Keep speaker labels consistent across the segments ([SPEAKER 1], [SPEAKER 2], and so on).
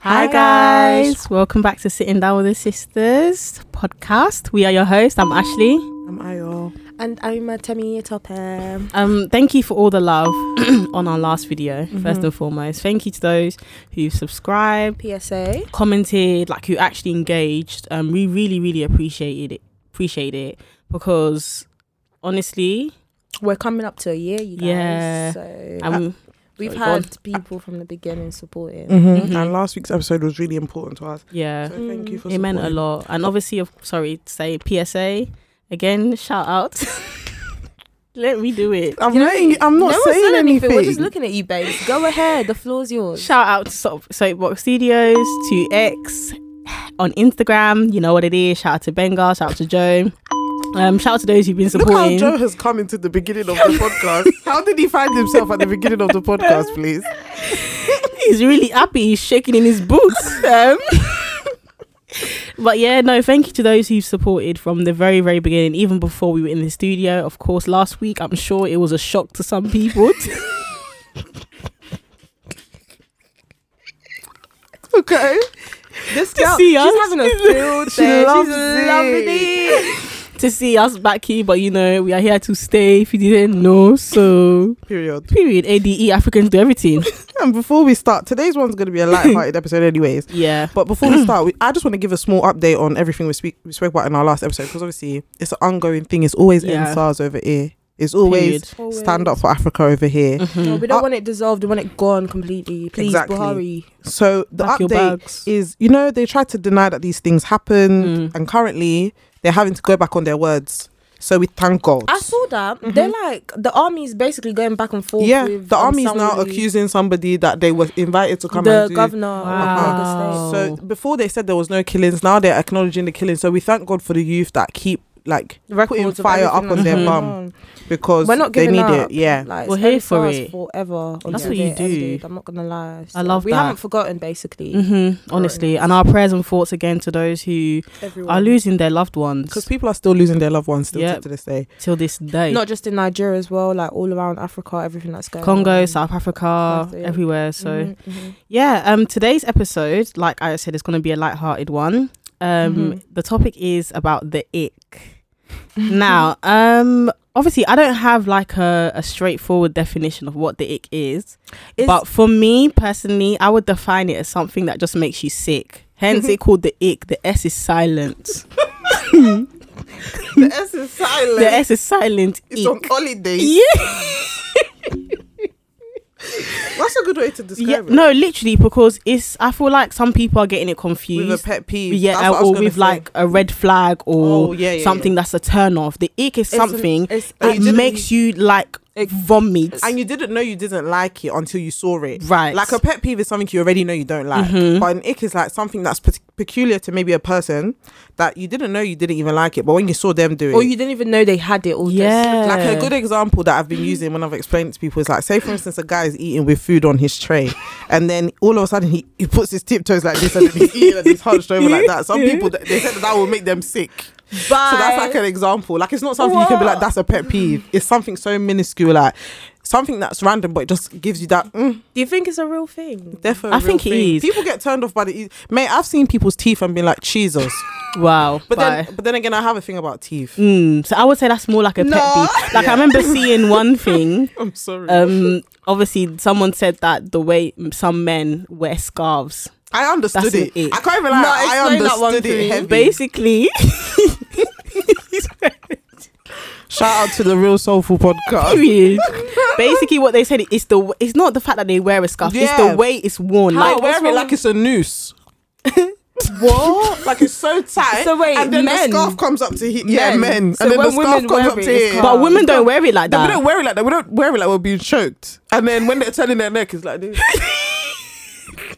[SPEAKER 1] Hi, guys. Welcome back to Sitting Down with the Sisters podcast. We are your host. I'm Ashley.
[SPEAKER 2] Am I all?
[SPEAKER 3] And I'm a Temi Topem.
[SPEAKER 1] Um, thank you for all the love on our last video, first and foremost. Thank you to those who subscribed,
[SPEAKER 3] PSA.
[SPEAKER 1] commented, like who actually engaged. Um, we really, really appreciated it. Appreciate it because honestly,
[SPEAKER 3] We're coming up to a year, you guys.
[SPEAKER 1] Yeah.
[SPEAKER 3] So
[SPEAKER 1] um,
[SPEAKER 3] we've
[SPEAKER 1] sorry, go on.
[SPEAKER 3] had people from the beginning supporting.
[SPEAKER 1] Mhm.
[SPEAKER 3] Mm-hmm.
[SPEAKER 2] And last week's episode was really important to us.
[SPEAKER 1] yeah,
[SPEAKER 2] So thank you for
[SPEAKER 1] it meant a
[SPEAKER 2] supporting.
[SPEAKER 1] lot. And obviously, of sorry to say, PSA again. Shout out. Let me do it.
[SPEAKER 2] I'm,
[SPEAKER 3] You know,
[SPEAKER 2] letting, I'm not
[SPEAKER 3] no one
[SPEAKER 2] saying
[SPEAKER 3] said
[SPEAKER 2] anything.
[SPEAKER 3] We're just looking at you, babes. Go ahead. The floor's yours.
[SPEAKER 1] Shout out to Soap- Soapbox Studios, to X on Instagram. You know what it is. Shout out to Benga. Shout out to Joe. Um, shout out to those who've been
[SPEAKER 2] Look how
[SPEAKER 1] supporting.
[SPEAKER 2] Joe has come into the beginning of the podcast. How did he find himself at the beginning of the podcast, please?
[SPEAKER 1] He's really happy. He's shaking in his boots. Um, but yeah, no, thank you to those who've supported from the very, very beginning, even before we were in the studio. Of course, last week, I'm sure it was a shock to some people.
[SPEAKER 2] Okay.
[SPEAKER 3] This
[SPEAKER 1] girl, see
[SPEAKER 3] she's
[SPEAKER 1] us.
[SPEAKER 3] having a field
[SPEAKER 2] She
[SPEAKER 3] day.
[SPEAKER 2] loves
[SPEAKER 3] she's
[SPEAKER 2] it.
[SPEAKER 3] loving it.
[SPEAKER 1] to see us back here, but you know, we are here to stay if you didn't know. So,
[SPEAKER 2] Period. E,
[SPEAKER 1] period. ADE, Africans do everything.
[SPEAKER 2] And before we start, today's one's going to be a light-hearted episode, anyways.
[SPEAKER 1] Yeah.
[SPEAKER 2] But before we start, we, I just want to give a small update on everything we speak we spoke about in our last episode because obviously it's an ongoing thing. It's always
[SPEAKER 1] Yeah.
[SPEAKER 2] NSARS over here. It's always stand up for Africa over here.
[SPEAKER 3] No,
[SPEAKER 1] Mhm.
[SPEAKER 3] we don't
[SPEAKER 2] Uh,
[SPEAKER 3] want it dissolved. We want it gone completely. Please,
[SPEAKER 2] Exactly.
[SPEAKER 3] Buhari.
[SPEAKER 2] So the
[SPEAKER 1] Pack your
[SPEAKER 2] update
[SPEAKER 1] bags.
[SPEAKER 2] is, you know, they tried to deny that these things happened,
[SPEAKER 1] Mm.
[SPEAKER 2] and currently they're having to go back on their words. So we thank God.
[SPEAKER 3] I saw that. They're like, the army is basically going back and forth.
[SPEAKER 2] yeah,
[SPEAKER 3] with,
[SPEAKER 2] the
[SPEAKER 3] um,
[SPEAKER 2] army is now
[SPEAKER 3] Sanwo-Olu.
[SPEAKER 2] accusing somebody that they were invited to come
[SPEAKER 3] The
[SPEAKER 2] and do.
[SPEAKER 3] governor
[SPEAKER 1] Wow.
[SPEAKER 3] of Lagos State.
[SPEAKER 2] So before they said there was no killings, now they're acknowledging the killings. So we thank God for the youth that keep like putting
[SPEAKER 3] records of
[SPEAKER 2] fire up
[SPEAKER 3] everything
[SPEAKER 2] on their
[SPEAKER 1] Mhm.
[SPEAKER 3] that's
[SPEAKER 2] bum
[SPEAKER 3] going on. Mm-hmm.
[SPEAKER 2] because
[SPEAKER 3] We're not
[SPEAKER 2] they
[SPEAKER 3] giving
[SPEAKER 2] need
[SPEAKER 3] up.
[SPEAKER 2] it. Yeah.
[SPEAKER 3] Like,
[SPEAKER 1] We're
[SPEAKER 3] it's
[SPEAKER 1] here for
[SPEAKER 3] NSARS
[SPEAKER 1] it.
[SPEAKER 3] forever.
[SPEAKER 1] That's
[SPEAKER 3] until
[SPEAKER 1] what you
[SPEAKER 3] they're
[SPEAKER 1] do.
[SPEAKER 3] ended, I'm not gonna lie.
[SPEAKER 1] I love
[SPEAKER 3] we
[SPEAKER 1] that.
[SPEAKER 3] haven't forgotten, basically.
[SPEAKER 1] hmm Honestly, and our prayers and thoughts again to those who
[SPEAKER 3] Everyone.
[SPEAKER 1] are losing their loved
[SPEAKER 2] Because
[SPEAKER 1] ones
[SPEAKER 2] people are still losing their loved ones still
[SPEAKER 1] Yep.
[SPEAKER 2] to, to this day.
[SPEAKER 1] till this day.
[SPEAKER 3] Not just in Nigeria as well, like all around Africa, everything that's going on.
[SPEAKER 1] Congo, South Africa,
[SPEAKER 3] Nothing.
[SPEAKER 1] everywhere. So
[SPEAKER 2] Mm-hmm.
[SPEAKER 3] Mhm, mhm.
[SPEAKER 1] yeah, um, today's episode, like I said, is going to be a light-hearted one. Um,
[SPEAKER 3] Mhm.
[SPEAKER 2] Mm-hmm.
[SPEAKER 1] the topic is about the ick. now, um, obviously, I don't have like a, a straightforward definition of what the ick is,
[SPEAKER 3] It's-
[SPEAKER 1] but for me personally, I would define it as something that just makes you sick.
[SPEAKER 2] Mm-hmm.
[SPEAKER 1] Hence, it called the ick. The S is silent.
[SPEAKER 2] the S is silent.
[SPEAKER 1] The S is silent.
[SPEAKER 2] it's on
[SPEAKER 1] ick.
[SPEAKER 2] holidays.
[SPEAKER 1] Yeah.
[SPEAKER 2] That's a good way to describe
[SPEAKER 1] yeah.
[SPEAKER 2] it.
[SPEAKER 1] No, literally, because it's. I feel like some people are getting it confused.
[SPEAKER 2] with a pet peeve. That's
[SPEAKER 1] yeah,
[SPEAKER 2] what I was
[SPEAKER 1] or
[SPEAKER 2] gonna
[SPEAKER 1] with
[SPEAKER 2] say.
[SPEAKER 1] like a red flag or
[SPEAKER 2] Oh, yeah, yeah,
[SPEAKER 1] something that's a turn off. The ick is
[SPEAKER 3] it's an-
[SPEAKER 1] something
[SPEAKER 3] it's-
[SPEAKER 2] and
[SPEAKER 1] that
[SPEAKER 2] you didn't-
[SPEAKER 1] makes you like
[SPEAKER 2] It-
[SPEAKER 1] vomit.
[SPEAKER 2] and you didn't know you didn't like it until you saw it.
[SPEAKER 1] Right.
[SPEAKER 2] Like a pet peeve is something you already know you don't like,
[SPEAKER 1] Mhm.
[SPEAKER 2] but an ick is like something that's pe- peculiar to maybe a person that you didn't know you didn't even like it, but when you saw them do it,
[SPEAKER 1] Oh,
[SPEAKER 3] Or you didn't even know they had it all this-
[SPEAKER 1] Yeah.
[SPEAKER 2] like a good example that I've been using when I've explained it to people is like, say for instance, a guy is eating with food on his tray, and then all of a sudden he, he puts his tiptoes like this and then he's eating and he's hunched over like that. Some people th- they said that, that will make them sick. So that's like an example. Like it's not something you can be like, that's a pet peeve. It's something so minuscule, like something that's random, but it just gives you that. Mm,
[SPEAKER 3] Do you think it's a real thing?
[SPEAKER 2] definitely.
[SPEAKER 1] I think it is.
[SPEAKER 2] People get turned off by the. e- Mate, I've seen people's teeth and been like, Jesus.
[SPEAKER 1] wow.
[SPEAKER 2] But
[SPEAKER 1] bye.
[SPEAKER 2] then, but then again, I have a thing about teeth.
[SPEAKER 1] Mm, so I would say that's more like a pet
[SPEAKER 3] No.
[SPEAKER 1] peeve. Like I remember seeing one thing.
[SPEAKER 2] I'm sorry.
[SPEAKER 3] Mm.
[SPEAKER 1] Um, obviously, someone said that the way some men wear scarves.
[SPEAKER 2] I understood
[SPEAKER 1] That's an
[SPEAKER 2] it.
[SPEAKER 1] ick.
[SPEAKER 2] I can't even lie.
[SPEAKER 3] No,
[SPEAKER 2] I
[SPEAKER 3] explain that one
[SPEAKER 2] understood
[SPEAKER 3] to
[SPEAKER 2] it
[SPEAKER 3] me.
[SPEAKER 2] heavy.
[SPEAKER 1] Basically,
[SPEAKER 2] Shout out to the Real Soulful podcast.
[SPEAKER 1] period. Basically, what they said is the it's not the fact that they wear a scarf. It's
[SPEAKER 2] Yeah.
[SPEAKER 1] the way it's worn. Like
[SPEAKER 2] Like,
[SPEAKER 3] what's
[SPEAKER 2] wear it
[SPEAKER 3] wrong
[SPEAKER 2] like
[SPEAKER 3] with-
[SPEAKER 2] it's a noose.
[SPEAKER 3] What?
[SPEAKER 2] Like it's so tight.
[SPEAKER 3] So wait,
[SPEAKER 2] and then
[SPEAKER 3] men?
[SPEAKER 2] the scarf comes up to here. Yeah,
[SPEAKER 3] Men.
[SPEAKER 2] men.
[SPEAKER 3] So
[SPEAKER 2] and then the
[SPEAKER 3] when
[SPEAKER 2] scarf
[SPEAKER 3] women
[SPEAKER 2] comes
[SPEAKER 3] wear
[SPEAKER 2] up
[SPEAKER 3] it,
[SPEAKER 2] to
[SPEAKER 3] it's
[SPEAKER 2] here.
[SPEAKER 3] scarf.
[SPEAKER 1] but women don't wear it like
[SPEAKER 2] No, we
[SPEAKER 1] that.
[SPEAKER 2] don't wear it like that. We don't wear it like we're being choked. And then when they're turning their neck, it's like this.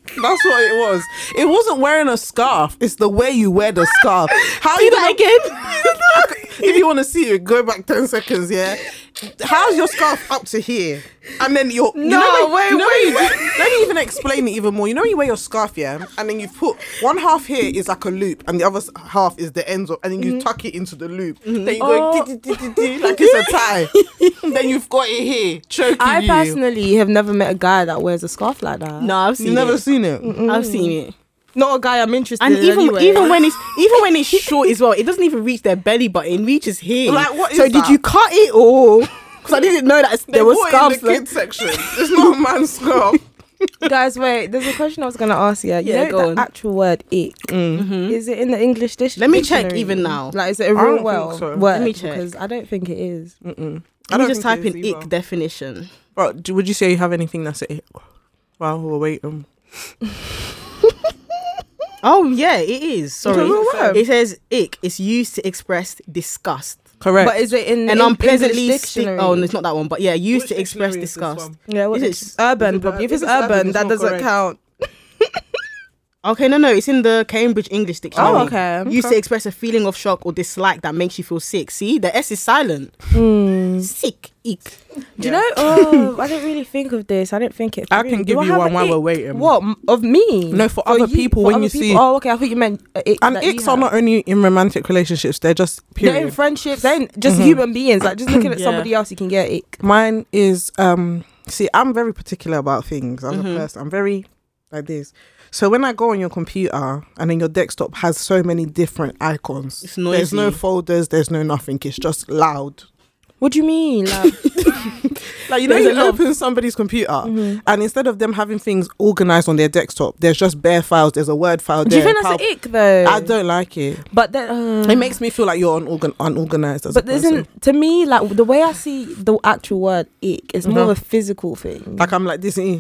[SPEAKER 2] That's what it was. It wasn't wearing a scarf. It's the way you wear the scarf. How
[SPEAKER 1] Do
[SPEAKER 2] you
[SPEAKER 1] that
[SPEAKER 2] gonna-
[SPEAKER 1] again.
[SPEAKER 2] if you want to see it, go back ten seconds. Yeah, how's your scarf up to here? And then your you
[SPEAKER 3] No,
[SPEAKER 2] know when-
[SPEAKER 3] wait,
[SPEAKER 2] you know when
[SPEAKER 3] wait,
[SPEAKER 2] you do- Let me even explain it even more. You know when you wear your scarf, yeah, and then you put one half here is like a loop, and the other s- half is the ends of, and then you tuck it into the loop. Then you
[SPEAKER 3] Mm-hmm. Oh.
[SPEAKER 2] go di- di- di- di- like it's a tie. then you've got it here choking
[SPEAKER 3] I
[SPEAKER 2] you.
[SPEAKER 3] personally have never met a guy that wears a scarf like that.
[SPEAKER 1] No, I've seen
[SPEAKER 2] You've never
[SPEAKER 1] it.
[SPEAKER 2] seen it.
[SPEAKER 1] I've seen it.
[SPEAKER 3] Not a guy I'm interested
[SPEAKER 1] And
[SPEAKER 3] in.
[SPEAKER 1] even
[SPEAKER 3] anyway.
[SPEAKER 1] even when it's even when it's short as well, it doesn't even reach their belly button. It reaches here.
[SPEAKER 2] Like, what
[SPEAKER 1] so
[SPEAKER 2] is
[SPEAKER 1] did
[SPEAKER 2] that?
[SPEAKER 1] you cut it or? Because I didn't know that
[SPEAKER 2] They
[SPEAKER 1] there were
[SPEAKER 2] bought it
[SPEAKER 1] scarves.
[SPEAKER 2] in the
[SPEAKER 1] Like,
[SPEAKER 2] kids section. It's not a man's scarf.
[SPEAKER 3] guys, wait, there's a question I was gonna ask you. You
[SPEAKER 1] Yeah,
[SPEAKER 3] know
[SPEAKER 1] go
[SPEAKER 3] the
[SPEAKER 1] on.
[SPEAKER 3] actual word "ick"
[SPEAKER 1] Mm-hmm.
[SPEAKER 3] is it in the English dish?
[SPEAKER 1] Let me check
[SPEAKER 3] dictionary?
[SPEAKER 1] even now.
[SPEAKER 3] Like, is it a
[SPEAKER 2] I don't
[SPEAKER 3] real
[SPEAKER 2] think
[SPEAKER 3] well
[SPEAKER 2] so.
[SPEAKER 3] word?
[SPEAKER 1] Let me check.
[SPEAKER 3] Because I don't think it is.
[SPEAKER 1] let me just
[SPEAKER 2] think
[SPEAKER 1] type
[SPEAKER 2] it is
[SPEAKER 1] in
[SPEAKER 2] either.
[SPEAKER 1] ick definition.
[SPEAKER 2] Bro, do- would you say you have anything that's it? Wow, we're waiting.
[SPEAKER 1] Oh yeah, it is. Sorry,
[SPEAKER 3] real word.
[SPEAKER 1] it says ick. It's used to express disgust.
[SPEAKER 2] Correct.
[SPEAKER 3] But is it in
[SPEAKER 1] An
[SPEAKER 3] the Eng-
[SPEAKER 1] unpleasantly
[SPEAKER 3] English
[SPEAKER 1] sti-
[SPEAKER 3] dictionary?
[SPEAKER 1] oh, no, it's not that one, but yeah, used
[SPEAKER 2] Which
[SPEAKER 1] to express
[SPEAKER 2] dictionary is this
[SPEAKER 1] disgust.
[SPEAKER 2] from?
[SPEAKER 3] Yeah, well,
[SPEAKER 1] Is it
[SPEAKER 3] it's
[SPEAKER 1] s-
[SPEAKER 3] urban,
[SPEAKER 2] is it
[SPEAKER 3] probably.
[SPEAKER 2] that-
[SPEAKER 3] If it's
[SPEAKER 2] if it's urban,
[SPEAKER 3] urban,
[SPEAKER 2] it's
[SPEAKER 3] that
[SPEAKER 2] not
[SPEAKER 3] doesn't
[SPEAKER 2] correct.
[SPEAKER 3] count.
[SPEAKER 1] Okay, no, no, it's in the Cambridge English Dictionary.
[SPEAKER 3] Oh, okay.
[SPEAKER 1] Used to express a feeling of shock or dislike that makes you feel sick. See, the S is silent. Sick, ick.
[SPEAKER 3] Do you know? Oh, I didn't really think of this. I didn't think it.
[SPEAKER 2] I
[SPEAKER 3] through.
[SPEAKER 2] can
[SPEAKER 3] Do
[SPEAKER 2] give you
[SPEAKER 3] have
[SPEAKER 2] one
[SPEAKER 3] an
[SPEAKER 2] while we're
[SPEAKER 3] ick?
[SPEAKER 2] waiting.
[SPEAKER 3] What m- of me?
[SPEAKER 2] No, for other people
[SPEAKER 3] for
[SPEAKER 2] when
[SPEAKER 3] other
[SPEAKER 2] you
[SPEAKER 3] people.
[SPEAKER 2] see-
[SPEAKER 3] Oh, okay. I thought you meant uh, ick
[SPEAKER 2] and
[SPEAKER 3] that you
[SPEAKER 2] icks are
[SPEAKER 3] have.
[SPEAKER 2] not only in romantic relationships; they're just
[SPEAKER 3] They're
[SPEAKER 2] period.
[SPEAKER 3] in friendships. They're in just human beings. Like just looking at
[SPEAKER 1] Yeah.
[SPEAKER 3] somebody else, you can get ick.
[SPEAKER 2] Mine is um. See, I'm very particular about things as a person. I'm very like this. So when I go on your computer and then your desktop has so many different icons,
[SPEAKER 1] It's
[SPEAKER 2] there's no
[SPEAKER 1] noisy.
[SPEAKER 2] folders, there's no nothing. It's just loud.
[SPEAKER 3] What do you mean? Like,
[SPEAKER 2] Like you know,
[SPEAKER 1] There's
[SPEAKER 2] you
[SPEAKER 1] a lot of-
[SPEAKER 2] open somebody's computer, and instead of them having things organized on their desktop, there's just bare files. There's a word file.
[SPEAKER 3] do you
[SPEAKER 2] there,
[SPEAKER 3] think that's
[SPEAKER 2] pow-
[SPEAKER 3] an ick though?
[SPEAKER 2] I don't like it.
[SPEAKER 3] But then, uh,
[SPEAKER 2] It makes me feel like you're unorgan- unorganized as
[SPEAKER 3] But
[SPEAKER 2] a person.
[SPEAKER 3] isn't to me like the way I see the actual word ick is more
[SPEAKER 2] Mhm.
[SPEAKER 3] of a physical thing.
[SPEAKER 2] Like I'm like this. eh.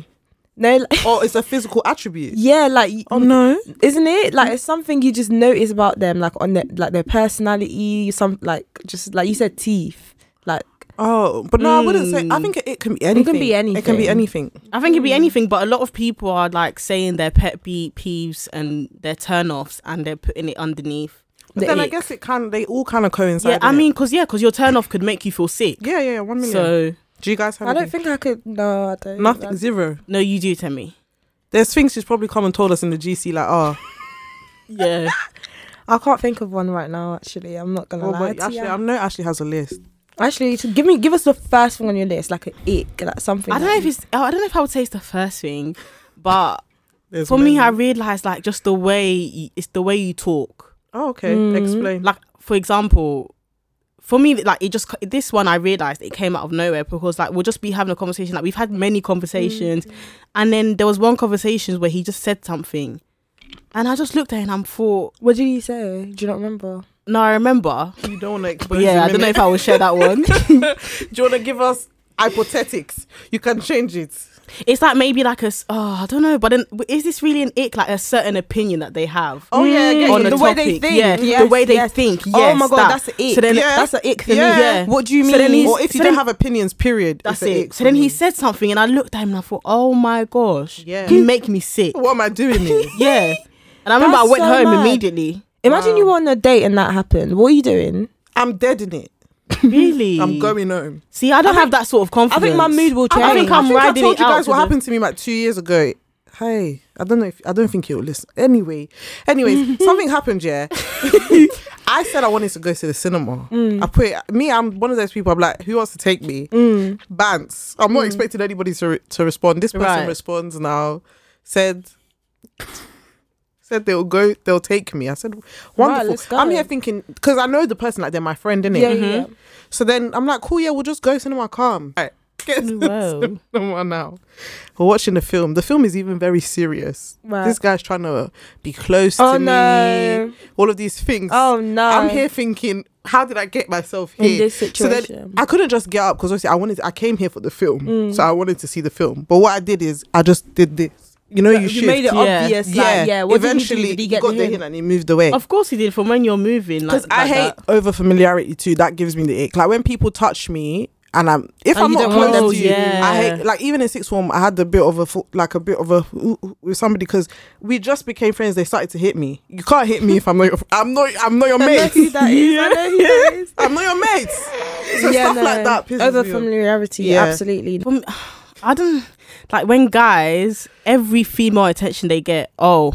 [SPEAKER 3] no, like,
[SPEAKER 2] Oh, it's a physical attribute.
[SPEAKER 3] yeah, like
[SPEAKER 2] Oh no.
[SPEAKER 3] isn't it
[SPEAKER 2] Mm.
[SPEAKER 3] like it's something you just notice about them like on their like their personality some like just like you said teeth like
[SPEAKER 2] Oh, but no, I wouldn't say. I
[SPEAKER 1] Mm.
[SPEAKER 2] think it, it can be anything.
[SPEAKER 3] be
[SPEAKER 2] It can be
[SPEAKER 3] anything.
[SPEAKER 2] anything.
[SPEAKER 1] I think it'd be anything, but a lot of people are like saying their pet be- peeves and their turn-offs, and they're putting it underneath.
[SPEAKER 2] But
[SPEAKER 3] the
[SPEAKER 2] then I
[SPEAKER 3] ick.
[SPEAKER 2] guess it can. They all kind of coincide.
[SPEAKER 1] yeah, I
[SPEAKER 2] innit?
[SPEAKER 1] mean, because yeah, because your turn-off could make you feel sick.
[SPEAKER 2] Yeah, yeah, yeah. One million.
[SPEAKER 1] So
[SPEAKER 2] Do you guys have?
[SPEAKER 3] I don't
[SPEAKER 2] anything?
[SPEAKER 3] think I could no I don't
[SPEAKER 2] nothing.
[SPEAKER 3] I-
[SPEAKER 2] Zero.
[SPEAKER 1] no, you do tell me.
[SPEAKER 2] There's things she's probably come and told us in the GC. Like, oh,
[SPEAKER 1] Yeah,
[SPEAKER 3] I can't think of one right now actually I'm not gonna
[SPEAKER 2] well,
[SPEAKER 3] lie
[SPEAKER 2] oh, but
[SPEAKER 3] to
[SPEAKER 2] actually,
[SPEAKER 3] you.
[SPEAKER 2] I know Ashley has a list.
[SPEAKER 3] actually to give me give us the first thing on your list like an ick like something
[SPEAKER 1] I don't know
[SPEAKER 3] that
[SPEAKER 1] if it's. oh, I don't know if I would say it's the first thing, but
[SPEAKER 2] There's
[SPEAKER 1] for me, I
[SPEAKER 2] many.
[SPEAKER 1] realized like just the way you, it's the way you talk.
[SPEAKER 2] Oh, okay.
[SPEAKER 1] Hmm.
[SPEAKER 3] Mm.
[SPEAKER 2] Explain.
[SPEAKER 1] Like for example, for me, like it just this one I realized it came out of nowhere because like we'll just be having a conversation. Like we've had many
[SPEAKER 3] Mm.
[SPEAKER 1] conversations, and then there was one conversation where he just said something, and I just looked at him and thought,
[SPEAKER 3] what did you say do you not remember
[SPEAKER 1] no, I remember.
[SPEAKER 2] you don't want to expose.
[SPEAKER 1] But yeah, I
[SPEAKER 2] him,
[SPEAKER 1] don't know
[SPEAKER 2] innit?
[SPEAKER 1] if I will share that one.
[SPEAKER 2] Do you want to give us hypothetics? You can change it.
[SPEAKER 1] it's like maybe like a s- oh I don't know, but then is this really an ick? Like a certain opinion that they have.
[SPEAKER 2] Oh yeah, yeah,
[SPEAKER 1] on
[SPEAKER 2] yeah.
[SPEAKER 1] a
[SPEAKER 3] Mm. the way they
[SPEAKER 1] topic.
[SPEAKER 3] think.
[SPEAKER 1] yeah, the
[SPEAKER 3] Yes,
[SPEAKER 1] way they
[SPEAKER 3] yes.
[SPEAKER 1] think.
[SPEAKER 3] oh
[SPEAKER 1] yes,
[SPEAKER 3] my god
[SPEAKER 1] that.
[SPEAKER 3] that's an ick
[SPEAKER 1] So then,
[SPEAKER 2] Yeah.
[SPEAKER 3] that's an ick for
[SPEAKER 2] Yeah.
[SPEAKER 3] me
[SPEAKER 1] Yeah.
[SPEAKER 3] what do you mean
[SPEAKER 1] So then he's-
[SPEAKER 2] or if you
[SPEAKER 1] so
[SPEAKER 2] don't
[SPEAKER 1] then-
[SPEAKER 2] have opinions, period.
[SPEAKER 1] That's
[SPEAKER 2] it's a
[SPEAKER 1] it.
[SPEAKER 2] ick
[SPEAKER 1] So then
[SPEAKER 2] for
[SPEAKER 1] he
[SPEAKER 2] me.
[SPEAKER 1] said something, and I looked at him and I thought, "Oh my gosh,
[SPEAKER 2] Yeah.
[SPEAKER 1] you make me sick."
[SPEAKER 2] "What am I doing here?"
[SPEAKER 1] yeah. And I remember
[SPEAKER 3] That's
[SPEAKER 1] I went
[SPEAKER 3] so
[SPEAKER 1] home
[SPEAKER 3] mad.
[SPEAKER 1] immediately.
[SPEAKER 3] imagine you were on a date and that happened what are you doing
[SPEAKER 2] I'm dead in it.
[SPEAKER 1] Really?
[SPEAKER 2] I'm going home.
[SPEAKER 1] See, I don't have that sort of
[SPEAKER 3] I
[SPEAKER 1] confidence.
[SPEAKER 3] think my mood will
[SPEAKER 1] I
[SPEAKER 3] change
[SPEAKER 1] think I'm
[SPEAKER 2] I
[SPEAKER 1] riding
[SPEAKER 2] told
[SPEAKER 1] it
[SPEAKER 2] you
[SPEAKER 1] out
[SPEAKER 2] guys
[SPEAKER 1] to
[SPEAKER 2] what
[SPEAKER 1] the-
[SPEAKER 2] happened to me like two years ago. Hey, I don't know if I don't think you'll listen. Anyway, anyways, something happened. Yeah, I said I wanted to go to the cinema.
[SPEAKER 1] Mm.
[SPEAKER 2] I put it, me. I'm one of those people. I'm like, who wants to take me? Bants. I'm not expecting anybody to re- to respond. This person
[SPEAKER 1] Mm. Right.
[SPEAKER 2] responds now. Said. Said they'll go, they'll take me. I said, wonderful.
[SPEAKER 3] let's go.
[SPEAKER 2] I'm here thinking because I know the person, like they're my friend, innit?
[SPEAKER 3] yeah, yeah, yeah.
[SPEAKER 2] So then I'm like, cool, yeah, we'll just go cinema calm. Right. Get to
[SPEAKER 1] Wow.
[SPEAKER 2] the cinema now. We're watching the film. The film is even very serious.
[SPEAKER 3] Right.
[SPEAKER 2] This guy's trying to be close
[SPEAKER 3] Uh, oh
[SPEAKER 2] to
[SPEAKER 3] no
[SPEAKER 2] me. All of these things.
[SPEAKER 3] oh no
[SPEAKER 2] I'm here thinking, how did I get myself
[SPEAKER 3] in
[SPEAKER 2] here?
[SPEAKER 3] this
[SPEAKER 2] So
[SPEAKER 3] situation
[SPEAKER 2] then I couldn't just get up because obviously I wanted. I came here for the film,
[SPEAKER 3] Mm.
[SPEAKER 2] so I wanted to see the film. But what I did is I just did this. You know, you,
[SPEAKER 3] you
[SPEAKER 2] shift.
[SPEAKER 3] made it
[SPEAKER 1] Yeah.
[SPEAKER 3] obvious. Yeah, like, yeah. What
[SPEAKER 2] Eventually,
[SPEAKER 3] did he, do? Did he get
[SPEAKER 2] got the
[SPEAKER 3] the
[SPEAKER 2] hint
[SPEAKER 3] hint?
[SPEAKER 2] and he moved away.
[SPEAKER 1] Of course he did. From when you're moving, like,
[SPEAKER 2] Because I
[SPEAKER 1] like
[SPEAKER 2] hate
[SPEAKER 1] that.
[SPEAKER 2] over familiarity too. That gives me the ick. Like when people touch me, and I'm if
[SPEAKER 3] And
[SPEAKER 2] I'm
[SPEAKER 3] you
[SPEAKER 2] not
[SPEAKER 3] don't want
[SPEAKER 2] close
[SPEAKER 3] them
[SPEAKER 2] to
[SPEAKER 3] to.
[SPEAKER 2] you, I
[SPEAKER 1] Yeah.
[SPEAKER 2] hate. Like even in sixth form, I had a bit of a fo- like a bit of a ooh, ooh, with somebody because we just became friends. They started to hit me. You can't hit me if I'm not. Your, I'm not. I'm not your
[SPEAKER 3] I know
[SPEAKER 2] mate.
[SPEAKER 3] who that is. I know who that is.
[SPEAKER 2] I'm not your mate. So stuff like that pisses
[SPEAKER 3] Over
[SPEAKER 2] me off.
[SPEAKER 3] familiarity,
[SPEAKER 2] Yeah.
[SPEAKER 3] absolutely.
[SPEAKER 1] From- I don't like when guys every female attention they get. Oh,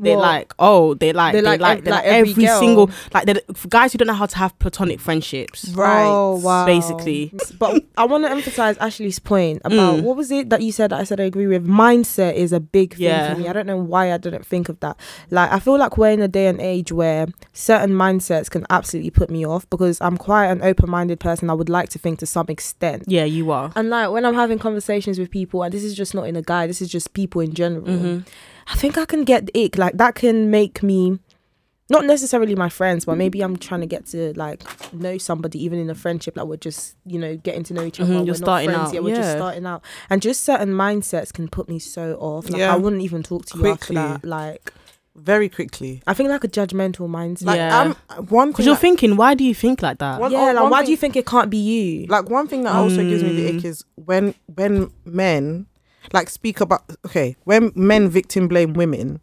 [SPEAKER 1] they
[SPEAKER 3] What?
[SPEAKER 1] like. Oh, they like. They,
[SPEAKER 3] They
[SPEAKER 1] like.
[SPEAKER 3] like
[SPEAKER 1] They
[SPEAKER 3] ev-
[SPEAKER 1] like
[SPEAKER 3] like every
[SPEAKER 1] every
[SPEAKER 3] girl.
[SPEAKER 1] single like they're the- for guys who don't know how to have platonic friendships.
[SPEAKER 2] Right.
[SPEAKER 3] Oh, wow.
[SPEAKER 1] basically.
[SPEAKER 3] But I want to emphasize Ashley's point about
[SPEAKER 1] Mm.
[SPEAKER 3] what was it that you said that I said I agree with? Mindset is a big thing
[SPEAKER 1] Yeah.
[SPEAKER 3] for me. I don't know why I didn't think of that. Like, I feel like we're in a day and age where certain mindsets can absolutely put me off because I'm quite an open minded person. I would like to think to some extent.
[SPEAKER 1] Yeah, you are.
[SPEAKER 3] And like when I'm having conversations with people, and this is just not in a guy, this is just people in general.
[SPEAKER 1] hmm
[SPEAKER 3] I think I can get the ick. Like that can make me not necessarily my friends, but maybe I'm trying to get to like know somebody, even in a friendship, like we're just, you know, getting to know each other.
[SPEAKER 1] Mhm, you're
[SPEAKER 3] we're
[SPEAKER 1] starting
[SPEAKER 3] not friends
[SPEAKER 1] out,
[SPEAKER 3] yet, we're just
[SPEAKER 1] yeah.
[SPEAKER 3] starting out. And just certain mindsets can put me so off. Like
[SPEAKER 2] Yeah.
[SPEAKER 3] I wouldn't even talk to you
[SPEAKER 2] Quickly.
[SPEAKER 3] after that. Like
[SPEAKER 2] very quickly.
[SPEAKER 3] I think like a judgmental mindset.
[SPEAKER 2] Like
[SPEAKER 1] Yeah.
[SPEAKER 2] I'm one
[SPEAKER 1] Because
[SPEAKER 2] thing.
[SPEAKER 1] you're
[SPEAKER 2] that-
[SPEAKER 1] thinking, why do you think like that?
[SPEAKER 2] One-
[SPEAKER 3] yeah,
[SPEAKER 2] oh,
[SPEAKER 3] like
[SPEAKER 2] one
[SPEAKER 3] why
[SPEAKER 2] thing-
[SPEAKER 3] do you think it can't be you?
[SPEAKER 2] like one thing that also gives me the
[SPEAKER 1] Mm.
[SPEAKER 2] ick is when when men like speak about okay when men victim blame women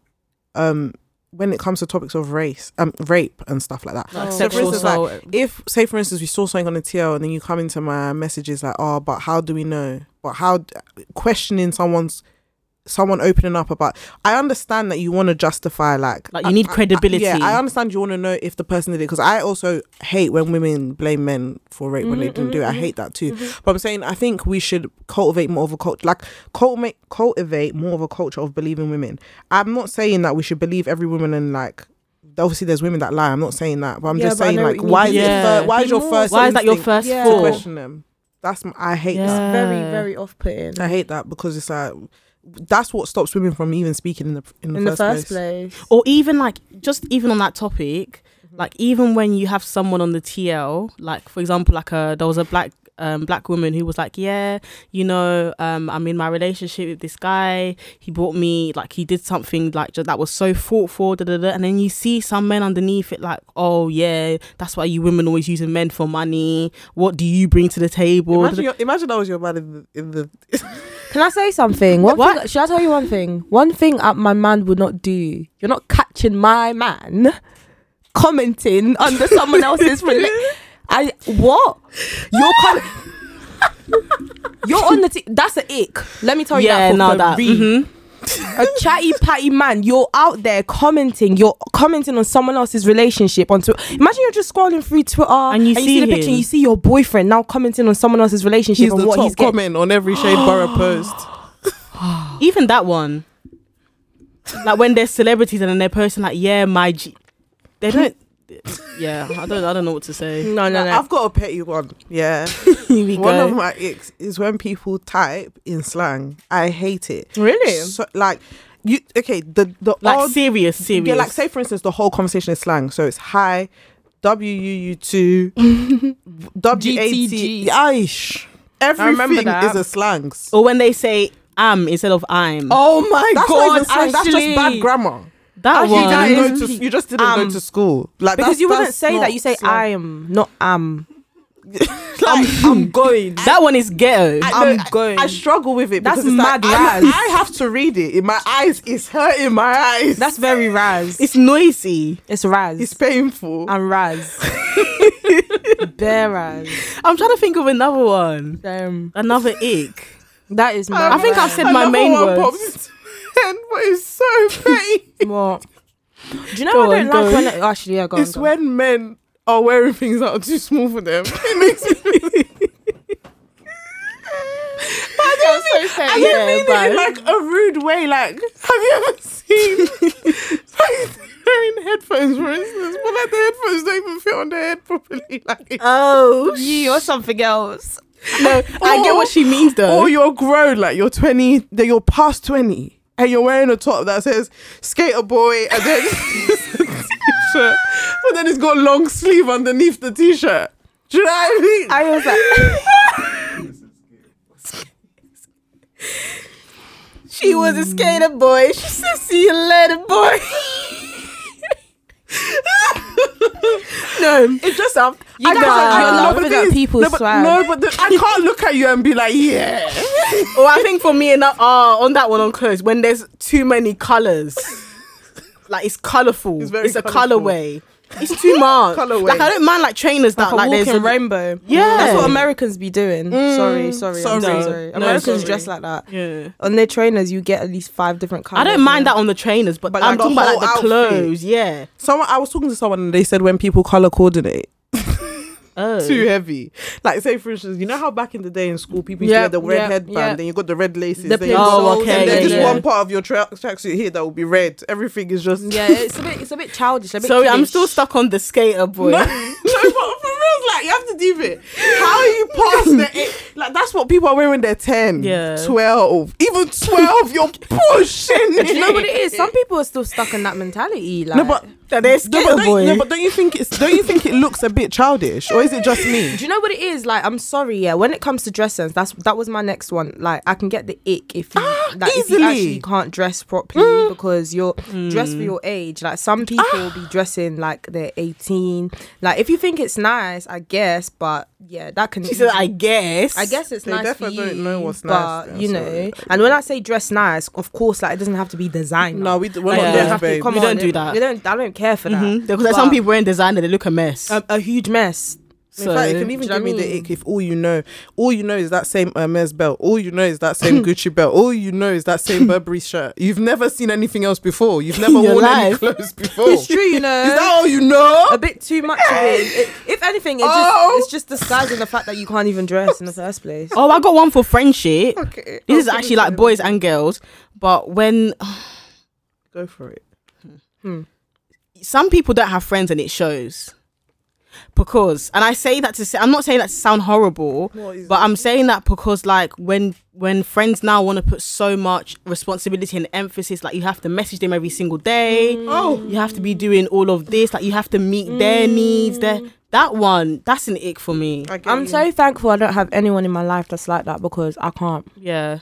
[SPEAKER 2] um when it comes to topics of race um rape and stuff like that
[SPEAKER 1] Like
[SPEAKER 3] Oh,
[SPEAKER 1] sexual
[SPEAKER 2] for instance, like,
[SPEAKER 1] assault.
[SPEAKER 2] if say for instance we saw something on the TL and then you come into my messages like oh but how do we know but how d- questioning someone's someone opening up about I understand that you want to justify like
[SPEAKER 1] Like, you need
[SPEAKER 2] I- I-
[SPEAKER 1] credibility.
[SPEAKER 2] yeah I understand you want to know if the person did it because I also hate when women blame men for rape when they
[SPEAKER 1] Mm,
[SPEAKER 3] Mhm,
[SPEAKER 2] didn't do it I
[SPEAKER 3] mhm,
[SPEAKER 2] hate that too
[SPEAKER 3] Mhm.
[SPEAKER 2] but I'm saying I think we should cultivate more of a culture like cultivate cultivate more of a culture of believing women I'm not saying that we should believe every woman and like obviously there's women that lie I'm not saying that but I'm
[SPEAKER 3] Yeah,
[SPEAKER 2] just
[SPEAKER 3] but I
[SPEAKER 2] saying
[SPEAKER 3] know
[SPEAKER 2] like
[SPEAKER 3] what you
[SPEAKER 2] why
[SPEAKER 1] mean.
[SPEAKER 2] is it
[SPEAKER 1] Yeah.
[SPEAKER 2] fir- why is your
[SPEAKER 3] Be more-
[SPEAKER 2] first
[SPEAKER 1] why is that your
[SPEAKER 2] instinct
[SPEAKER 1] first
[SPEAKER 3] Yeah.
[SPEAKER 2] to
[SPEAKER 3] thought?
[SPEAKER 1] thought?
[SPEAKER 2] question them. That's m- I hate
[SPEAKER 1] Yeah.
[SPEAKER 3] It's Mm-hmm. very, very off putting.
[SPEAKER 2] that. I hate that because it's like that's what stops women from even speaking in the in the,
[SPEAKER 3] In the
[SPEAKER 2] first,
[SPEAKER 3] first
[SPEAKER 2] place.
[SPEAKER 3] place.
[SPEAKER 1] Or even like just even on that topic,
[SPEAKER 3] Mm-hmm.
[SPEAKER 1] like even when you have someone on the TL, like for example, like a there was a black um black woman who was like, yeah, you know, um I'm in my relationship with this guy. He brought me like he did something like ju- that was so thoughtful, da da da. And then you see some men underneath it like, oh yeah, that's why you women always using men for money. What do you bring to the table?
[SPEAKER 2] Imagine, your, imagine that was your man in the, in the
[SPEAKER 3] Can I say something? One
[SPEAKER 1] What?
[SPEAKER 3] thing, should I tell you one thing? One thing uh, my man would not do. You're not catching my man commenting under someone else's rela- I what? You're com- You're on the t- that's an ick. Let me tell you
[SPEAKER 1] yeah,
[SPEAKER 3] that for,
[SPEAKER 1] no,
[SPEAKER 3] for
[SPEAKER 1] that.
[SPEAKER 3] real.
[SPEAKER 1] mhm.
[SPEAKER 3] A chatty patty man, you're out there commenting. You're commenting on someone else's relationship on Twitter. Imagine you're just scrolling through Twitter
[SPEAKER 1] And you see
[SPEAKER 3] the
[SPEAKER 1] him.
[SPEAKER 3] picture. And you see your boyfriend now commenting on someone else's relationship
[SPEAKER 2] he's
[SPEAKER 3] and
[SPEAKER 2] the
[SPEAKER 3] what
[SPEAKER 2] top
[SPEAKER 3] he's getting.
[SPEAKER 2] comment on every shade borough post.
[SPEAKER 1] Even that one. like when there's celebrities and then they're posting like, yeah, my G they don't Yeah, I don't I don't know what to say.
[SPEAKER 3] No, no,
[SPEAKER 2] Like,
[SPEAKER 3] no.
[SPEAKER 2] I've got a petty one. Yeah,
[SPEAKER 1] Here we
[SPEAKER 2] one
[SPEAKER 1] go.
[SPEAKER 2] of my icks is when people type in slang. I hate it.
[SPEAKER 3] really?
[SPEAKER 2] So, like you okay the the
[SPEAKER 1] like
[SPEAKER 2] odd-
[SPEAKER 1] serious, serious.
[SPEAKER 2] Yeah, like say for instance, the whole conversation is slang. So it's hi, W U U two, W A T. E.
[SPEAKER 3] GTG.
[SPEAKER 2] Aish. Everything is a slang.
[SPEAKER 1] or when they say am instead of I'm.
[SPEAKER 3] Oh my
[SPEAKER 2] that's
[SPEAKER 3] god,
[SPEAKER 2] not even slang. That's
[SPEAKER 3] Ashley.
[SPEAKER 2] just bad grammar.
[SPEAKER 1] that
[SPEAKER 3] Ashley,
[SPEAKER 2] You,
[SPEAKER 1] one.
[SPEAKER 3] that
[SPEAKER 2] didn't
[SPEAKER 3] is-
[SPEAKER 2] go to, you just didn't
[SPEAKER 3] um,
[SPEAKER 2] go to school.
[SPEAKER 3] Because
[SPEAKER 2] Like that's-
[SPEAKER 3] you wouldn't
[SPEAKER 2] that's
[SPEAKER 3] say
[SPEAKER 2] not
[SPEAKER 3] that. You say
[SPEAKER 2] slang.
[SPEAKER 3] I'm, not am.
[SPEAKER 2] Like,
[SPEAKER 3] I'm going.
[SPEAKER 1] that one is ghetto.
[SPEAKER 3] I'm
[SPEAKER 2] I-
[SPEAKER 3] going.
[SPEAKER 2] I struggle with it.
[SPEAKER 3] That's
[SPEAKER 2] because it's like,
[SPEAKER 3] mad
[SPEAKER 2] I'm-
[SPEAKER 3] raz.
[SPEAKER 2] I have to read it. In my eyes, it's hurting my eyes.
[SPEAKER 3] That's very Raz. It's,
[SPEAKER 1] it's noisy.
[SPEAKER 3] Raz.
[SPEAKER 2] it's painful.
[SPEAKER 3] I'm Raz. Bear Raz.
[SPEAKER 1] I'm trying to think of another one.
[SPEAKER 3] Um,
[SPEAKER 1] Another ick.
[SPEAKER 3] that is
[SPEAKER 2] Um,
[SPEAKER 3] mad.
[SPEAKER 1] I think I've
[SPEAKER 3] Raz.
[SPEAKER 1] said my
[SPEAKER 2] Another
[SPEAKER 1] main
[SPEAKER 2] one
[SPEAKER 1] words.
[SPEAKER 2] pops into my head, but it's so petty.
[SPEAKER 3] What? Do you know
[SPEAKER 1] Go
[SPEAKER 3] I don't
[SPEAKER 1] on, go
[SPEAKER 3] like
[SPEAKER 1] on.
[SPEAKER 3] when. oh, actually, yeah, go on,
[SPEAKER 2] it's
[SPEAKER 3] go on.
[SPEAKER 2] when men are wearing things that are too small for them. It makes me. I don't mean,
[SPEAKER 3] so
[SPEAKER 2] I
[SPEAKER 3] sad.
[SPEAKER 2] don't
[SPEAKER 3] Yeah,
[SPEAKER 2] mean it
[SPEAKER 3] but-
[SPEAKER 2] in like a rude way. Like, have you ever seen like, wearing headphones, for instance, but like the headphones don't even fit on their head properly. Like,
[SPEAKER 1] Oh
[SPEAKER 3] you or something else.
[SPEAKER 1] no, I get what she means though.
[SPEAKER 2] or you're grown, like you're twenty, that you're past twenty, and you're wearing a top that says "skater boy," and then it's a t-shirt, but then it's got long sleeve underneath the t-shirt. Do you know what I mean?
[SPEAKER 3] I was like,
[SPEAKER 1] she was a skater boy. She said, "See you later, boy." no,
[SPEAKER 2] It just um,
[SPEAKER 3] You guys are- you're laughing at people's
[SPEAKER 2] no, but,
[SPEAKER 3] swag.
[SPEAKER 2] no, but the, I can't look at you and be like, yeah.
[SPEAKER 1] Or Oh, I think for me, and that, oh, on that one on clothes, when there's too many colors, like it's colorful, it's,
[SPEAKER 2] It's very
[SPEAKER 1] a
[SPEAKER 2] colourful.
[SPEAKER 1] colorway. It's too much.
[SPEAKER 2] Colourway.
[SPEAKER 1] Like I don't mind like trainers that like,
[SPEAKER 3] Like, a
[SPEAKER 1] there's
[SPEAKER 3] walking
[SPEAKER 1] a,
[SPEAKER 3] rainbow.
[SPEAKER 1] Yeah.
[SPEAKER 3] that's what Americans be doing.
[SPEAKER 1] Mm.
[SPEAKER 3] sorry, sorry, I'm so
[SPEAKER 2] Sorry.
[SPEAKER 3] sorry.
[SPEAKER 1] No,
[SPEAKER 3] Americans
[SPEAKER 1] sorry.
[SPEAKER 3] dress like that.
[SPEAKER 1] yeah.
[SPEAKER 3] On their trainers, you get at least five different
[SPEAKER 1] I
[SPEAKER 3] colors.
[SPEAKER 1] don't mind that on the trainers, but,
[SPEAKER 2] But,
[SPEAKER 1] I'm
[SPEAKER 2] like, the
[SPEAKER 1] talking about like the
[SPEAKER 2] whole outfit.
[SPEAKER 1] clothes. Yeah.
[SPEAKER 2] Someone I was talking to someone and they said when people color coordinate,
[SPEAKER 1] Oh.
[SPEAKER 2] too heavy. Like say for instance, you know how back in the day in school people used to
[SPEAKER 3] Yeah,
[SPEAKER 2] wear the red
[SPEAKER 3] yeah,
[SPEAKER 2] headband,
[SPEAKER 3] yeah.
[SPEAKER 2] then you got the red laces,
[SPEAKER 3] The
[SPEAKER 2] then you
[SPEAKER 1] Oh,
[SPEAKER 2] got-
[SPEAKER 1] okay,
[SPEAKER 2] and then
[SPEAKER 1] yeah,
[SPEAKER 2] just
[SPEAKER 1] yeah.
[SPEAKER 2] one part of your tra- tracksuit here that will be red. Everything is just
[SPEAKER 3] Yeah, it's a bit, it's a bit childish. A bit
[SPEAKER 1] Sorry, I'm
[SPEAKER 3] kiddish.
[SPEAKER 1] still stuck on the skater boy.
[SPEAKER 2] No, no, but for real, like you have to do it. How are you past the eight? Like that's what people are wearing. They're 10,
[SPEAKER 1] Yeah.
[SPEAKER 2] 12, even 12. You're pushing.
[SPEAKER 3] Do you know what it is? Some people are still stuck in that mentality. Like,
[SPEAKER 2] No, but
[SPEAKER 1] That they're
[SPEAKER 2] no,
[SPEAKER 1] skater
[SPEAKER 2] but, don't,
[SPEAKER 1] boy.
[SPEAKER 2] no, but don't you think it's don't you think it looks a bit childish, or is it just me?
[SPEAKER 3] do you know what it is? Like, I'm sorry, yeah. When it comes to dress sense, that's that was my next one. Like, I can get the ick if you like, if
[SPEAKER 2] Ah, easily. Mm.
[SPEAKER 3] you actually can't dress properly because you're dressed for your age. Like, some people
[SPEAKER 2] Ah.
[SPEAKER 3] be dressing like they're 18. Like, if you think it's nice, I guess. But yeah, that can.
[SPEAKER 1] she said, I guess.
[SPEAKER 3] I guess it's
[SPEAKER 2] They
[SPEAKER 3] nice for
[SPEAKER 2] definitely
[SPEAKER 3] you,
[SPEAKER 2] don't know what's nice,
[SPEAKER 3] but
[SPEAKER 2] yeah,
[SPEAKER 3] you know.
[SPEAKER 2] sorry.
[SPEAKER 3] And when I say dress nice, of course, like it doesn't have to be designer.
[SPEAKER 2] No, we, we're
[SPEAKER 1] Like,
[SPEAKER 2] not
[SPEAKER 1] yeah.
[SPEAKER 2] there,
[SPEAKER 1] have
[SPEAKER 3] to-
[SPEAKER 2] babe.
[SPEAKER 3] come
[SPEAKER 1] We
[SPEAKER 3] on,
[SPEAKER 1] don't do
[SPEAKER 3] it-
[SPEAKER 1] that.
[SPEAKER 3] We don't. I don't care for that. Um,
[SPEAKER 1] Mhm. Because like, some
[SPEAKER 3] But
[SPEAKER 1] people wearing designer, they look a mess.
[SPEAKER 3] a, a huge mess.
[SPEAKER 2] In
[SPEAKER 1] so,
[SPEAKER 2] fact, it can
[SPEAKER 3] do
[SPEAKER 2] even
[SPEAKER 3] you
[SPEAKER 2] give
[SPEAKER 3] know
[SPEAKER 2] me
[SPEAKER 3] what I
[SPEAKER 2] the
[SPEAKER 3] mean?
[SPEAKER 2] ick if all you know, all you know is that same Hermes belt, all you know is that same Gucci belt, all you know is that same Burberry shirt. You've never seen anything else before. You've never
[SPEAKER 1] In your
[SPEAKER 2] worn any
[SPEAKER 1] life.
[SPEAKER 2] clothes before.
[SPEAKER 3] It's true, you know.
[SPEAKER 2] Is that all you know?
[SPEAKER 3] a bit too much of it. It- If anything, it
[SPEAKER 2] Oh.
[SPEAKER 3] just, it's just the size and the fact that you can't even dress in the first place.
[SPEAKER 1] oh, I got one for friendship.
[SPEAKER 2] Okay.
[SPEAKER 1] This is actually like boys and girls, but when
[SPEAKER 2] Go for it.
[SPEAKER 1] some people don't have friends and it shows. Because, and I say that to say, I'm not saying that to sound horrible,
[SPEAKER 2] What is
[SPEAKER 1] but I'm saying that because, like, when when friends now want to put so much responsibility and emphasis, like you have to message them every single day,
[SPEAKER 2] Oh.
[SPEAKER 1] you have to be doing all of this, like you have to meet their needs. Their that one, that's an ick for me.
[SPEAKER 2] I get
[SPEAKER 3] I'm
[SPEAKER 2] you.
[SPEAKER 3] so thankful I don't have anyone in my life that's like that because I can't.
[SPEAKER 1] Yeah.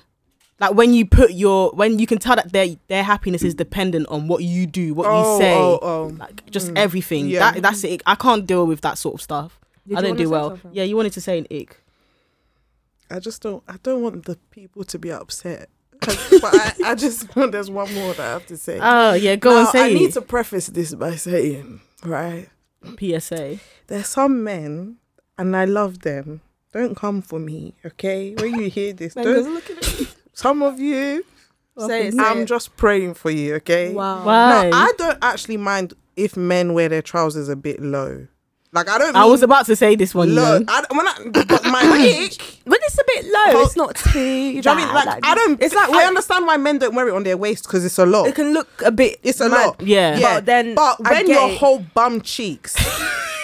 [SPEAKER 1] Like when you put your when you can tell that their their happiness is dependent on what you do, what
[SPEAKER 2] oh,
[SPEAKER 1] you say,
[SPEAKER 2] Oh, oh.
[SPEAKER 1] like just
[SPEAKER 2] Mm.
[SPEAKER 1] everything.
[SPEAKER 2] Yeah.
[SPEAKER 1] That that's it. I can't deal with that sort of stuff. I don't do well. Yeah, you wanted to say an ick.
[SPEAKER 2] I just don't. I don't want the people to be upset. 'Cause- but I, I just want. There's one more that I have to say.
[SPEAKER 1] Oh yeah, go
[SPEAKER 2] Now,
[SPEAKER 1] and say
[SPEAKER 2] I need
[SPEAKER 1] it.
[SPEAKER 2] to preface this by saying, right?
[SPEAKER 1] PSA.
[SPEAKER 2] There's some men, and I love them. Don't come for me, okay? When you hear this, don't. Some of you,
[SPEAKER 3] Say it. Say
[SPEAKER 2] I'm
[SPEAKER 3] it.
[SPEAKER 2] just praying for you, okay?
[SPEAKER 3] wow.
[SPEAKER 1] Wow.
[SPEAKER 2] Now,
[SPEAKER 1] Why?
[SPEAKER 2] I don't actually mind if men wear their trousers a bit low. Like I don't.
[SPEAKER 1] I
[SPEAKER 2] mean
[SPEAKER 1] was about to say this one. you
[SPEAKER 2] low.
[SPEAKER 1] know.
[SPEAKER 2] I, don't- when I, but my ick
[SPEAKER 3] But it's a bit low.
[SPEAKER 2] Well,
[SPEAKER 3] it's not too.
[SPEAKER 2] Do you know what I mean? Like, I don't. It's like I understand why men don't wear it on their waist because it's a lot.
[SPEAKER 3] It can look a bit.
[SPEAKER 2] it's a
[SPEAKER 3] mad.
[SPEAKER 2] lot.
[SPEAKER 1] Yeah.
[SPEAKER 3] But then
[SPEAKER 2] but
[SPEAKER 3] I
[SPEAKER 2] when
[SPEAKER 3] get
[SPEAKER 2] your
[SPEAKER 3] it.
[SPEAKER 2] whole bum cheeks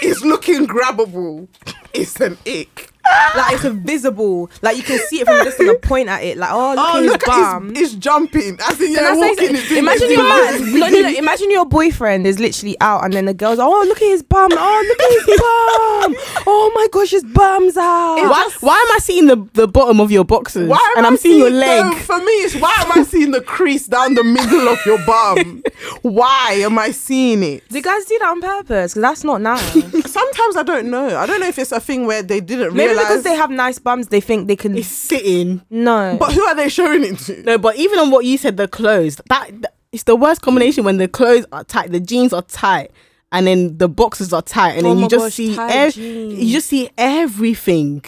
[SPEAKER 2] is looking grabbable, it's an ick.
[SPEAKER 3] Like it's a visible. Like you can see it from just a point at it. Like oh look
[SPEAKER 2] Oh,
[SPEAKER 3] at his
[SPEAKER 2] look at
[SPEAKER 3] bum.
[SPEAKER 2] his, it's jumping. As in,
[SPEAKER 3] Can
[SPEAKER 2] yeah,
[SPEAKER 3] I say
[SPEAKER 2] walking.
[SPEAKER 3] something?
[SPEAKER 2] It's doing
[SPEAKER 3] imagine
[SPEAKER 2] this
[SPEAKER 3] your
[SPEAKER 2] thing.
[SPEAKER 3] man. No, no, no. Imagine your boyfriend is literally out, and then the girls. Oh, look at his bum. Oh, look at his bum. Oh my gosh, his bum's out.
[SPEAKER 1] why, why am I seeing the, the bottom of your boxes
[SPEAKER 2] Why am
[SPEAKER 1] and
[SPEAKER 2] I
[SPEAKER 1] I'm seeing your
[SPEAKER 2] no,
[SPEAKER 1] leg?
[SPEAKER 2] for me, it's why am I seeing the crease down the middle of your bum? Why am I seeing it?
[SPEAKER 3] Do you guys do that on purpose? Because that's not nice.
[SPEAKER 2] Sometimes I don't know. I don't know if it's a thing where they didn't
[SPEAKER 3] Maybe
[SPEAKER 2] realize.
[SPEAKER 3] because they have nice bums, they think they can.
[SPEAKER 1] It's sitting.
[SPEAKER 3] no,
[SPEAKER 2] but who are they showing it to?
[SPEAKER 1] No, but even on what you said, the clothes that, that it's the worst combination when the clothes are tight, the jeans are tight, and then the boxes are tight, and
[SPEAKER 3] Oh
[SPEAKER 1] then you
[SPEAKER 3] my
[SPEAKER 1] just
[SPEAKER 3] gosh,
[SPEAKER 1] see
[SPEAKER 3] tight
[SPEAKER 1] ev-
[SPEAKER 3] jeans.
[SPEAKER 1] you just see everything.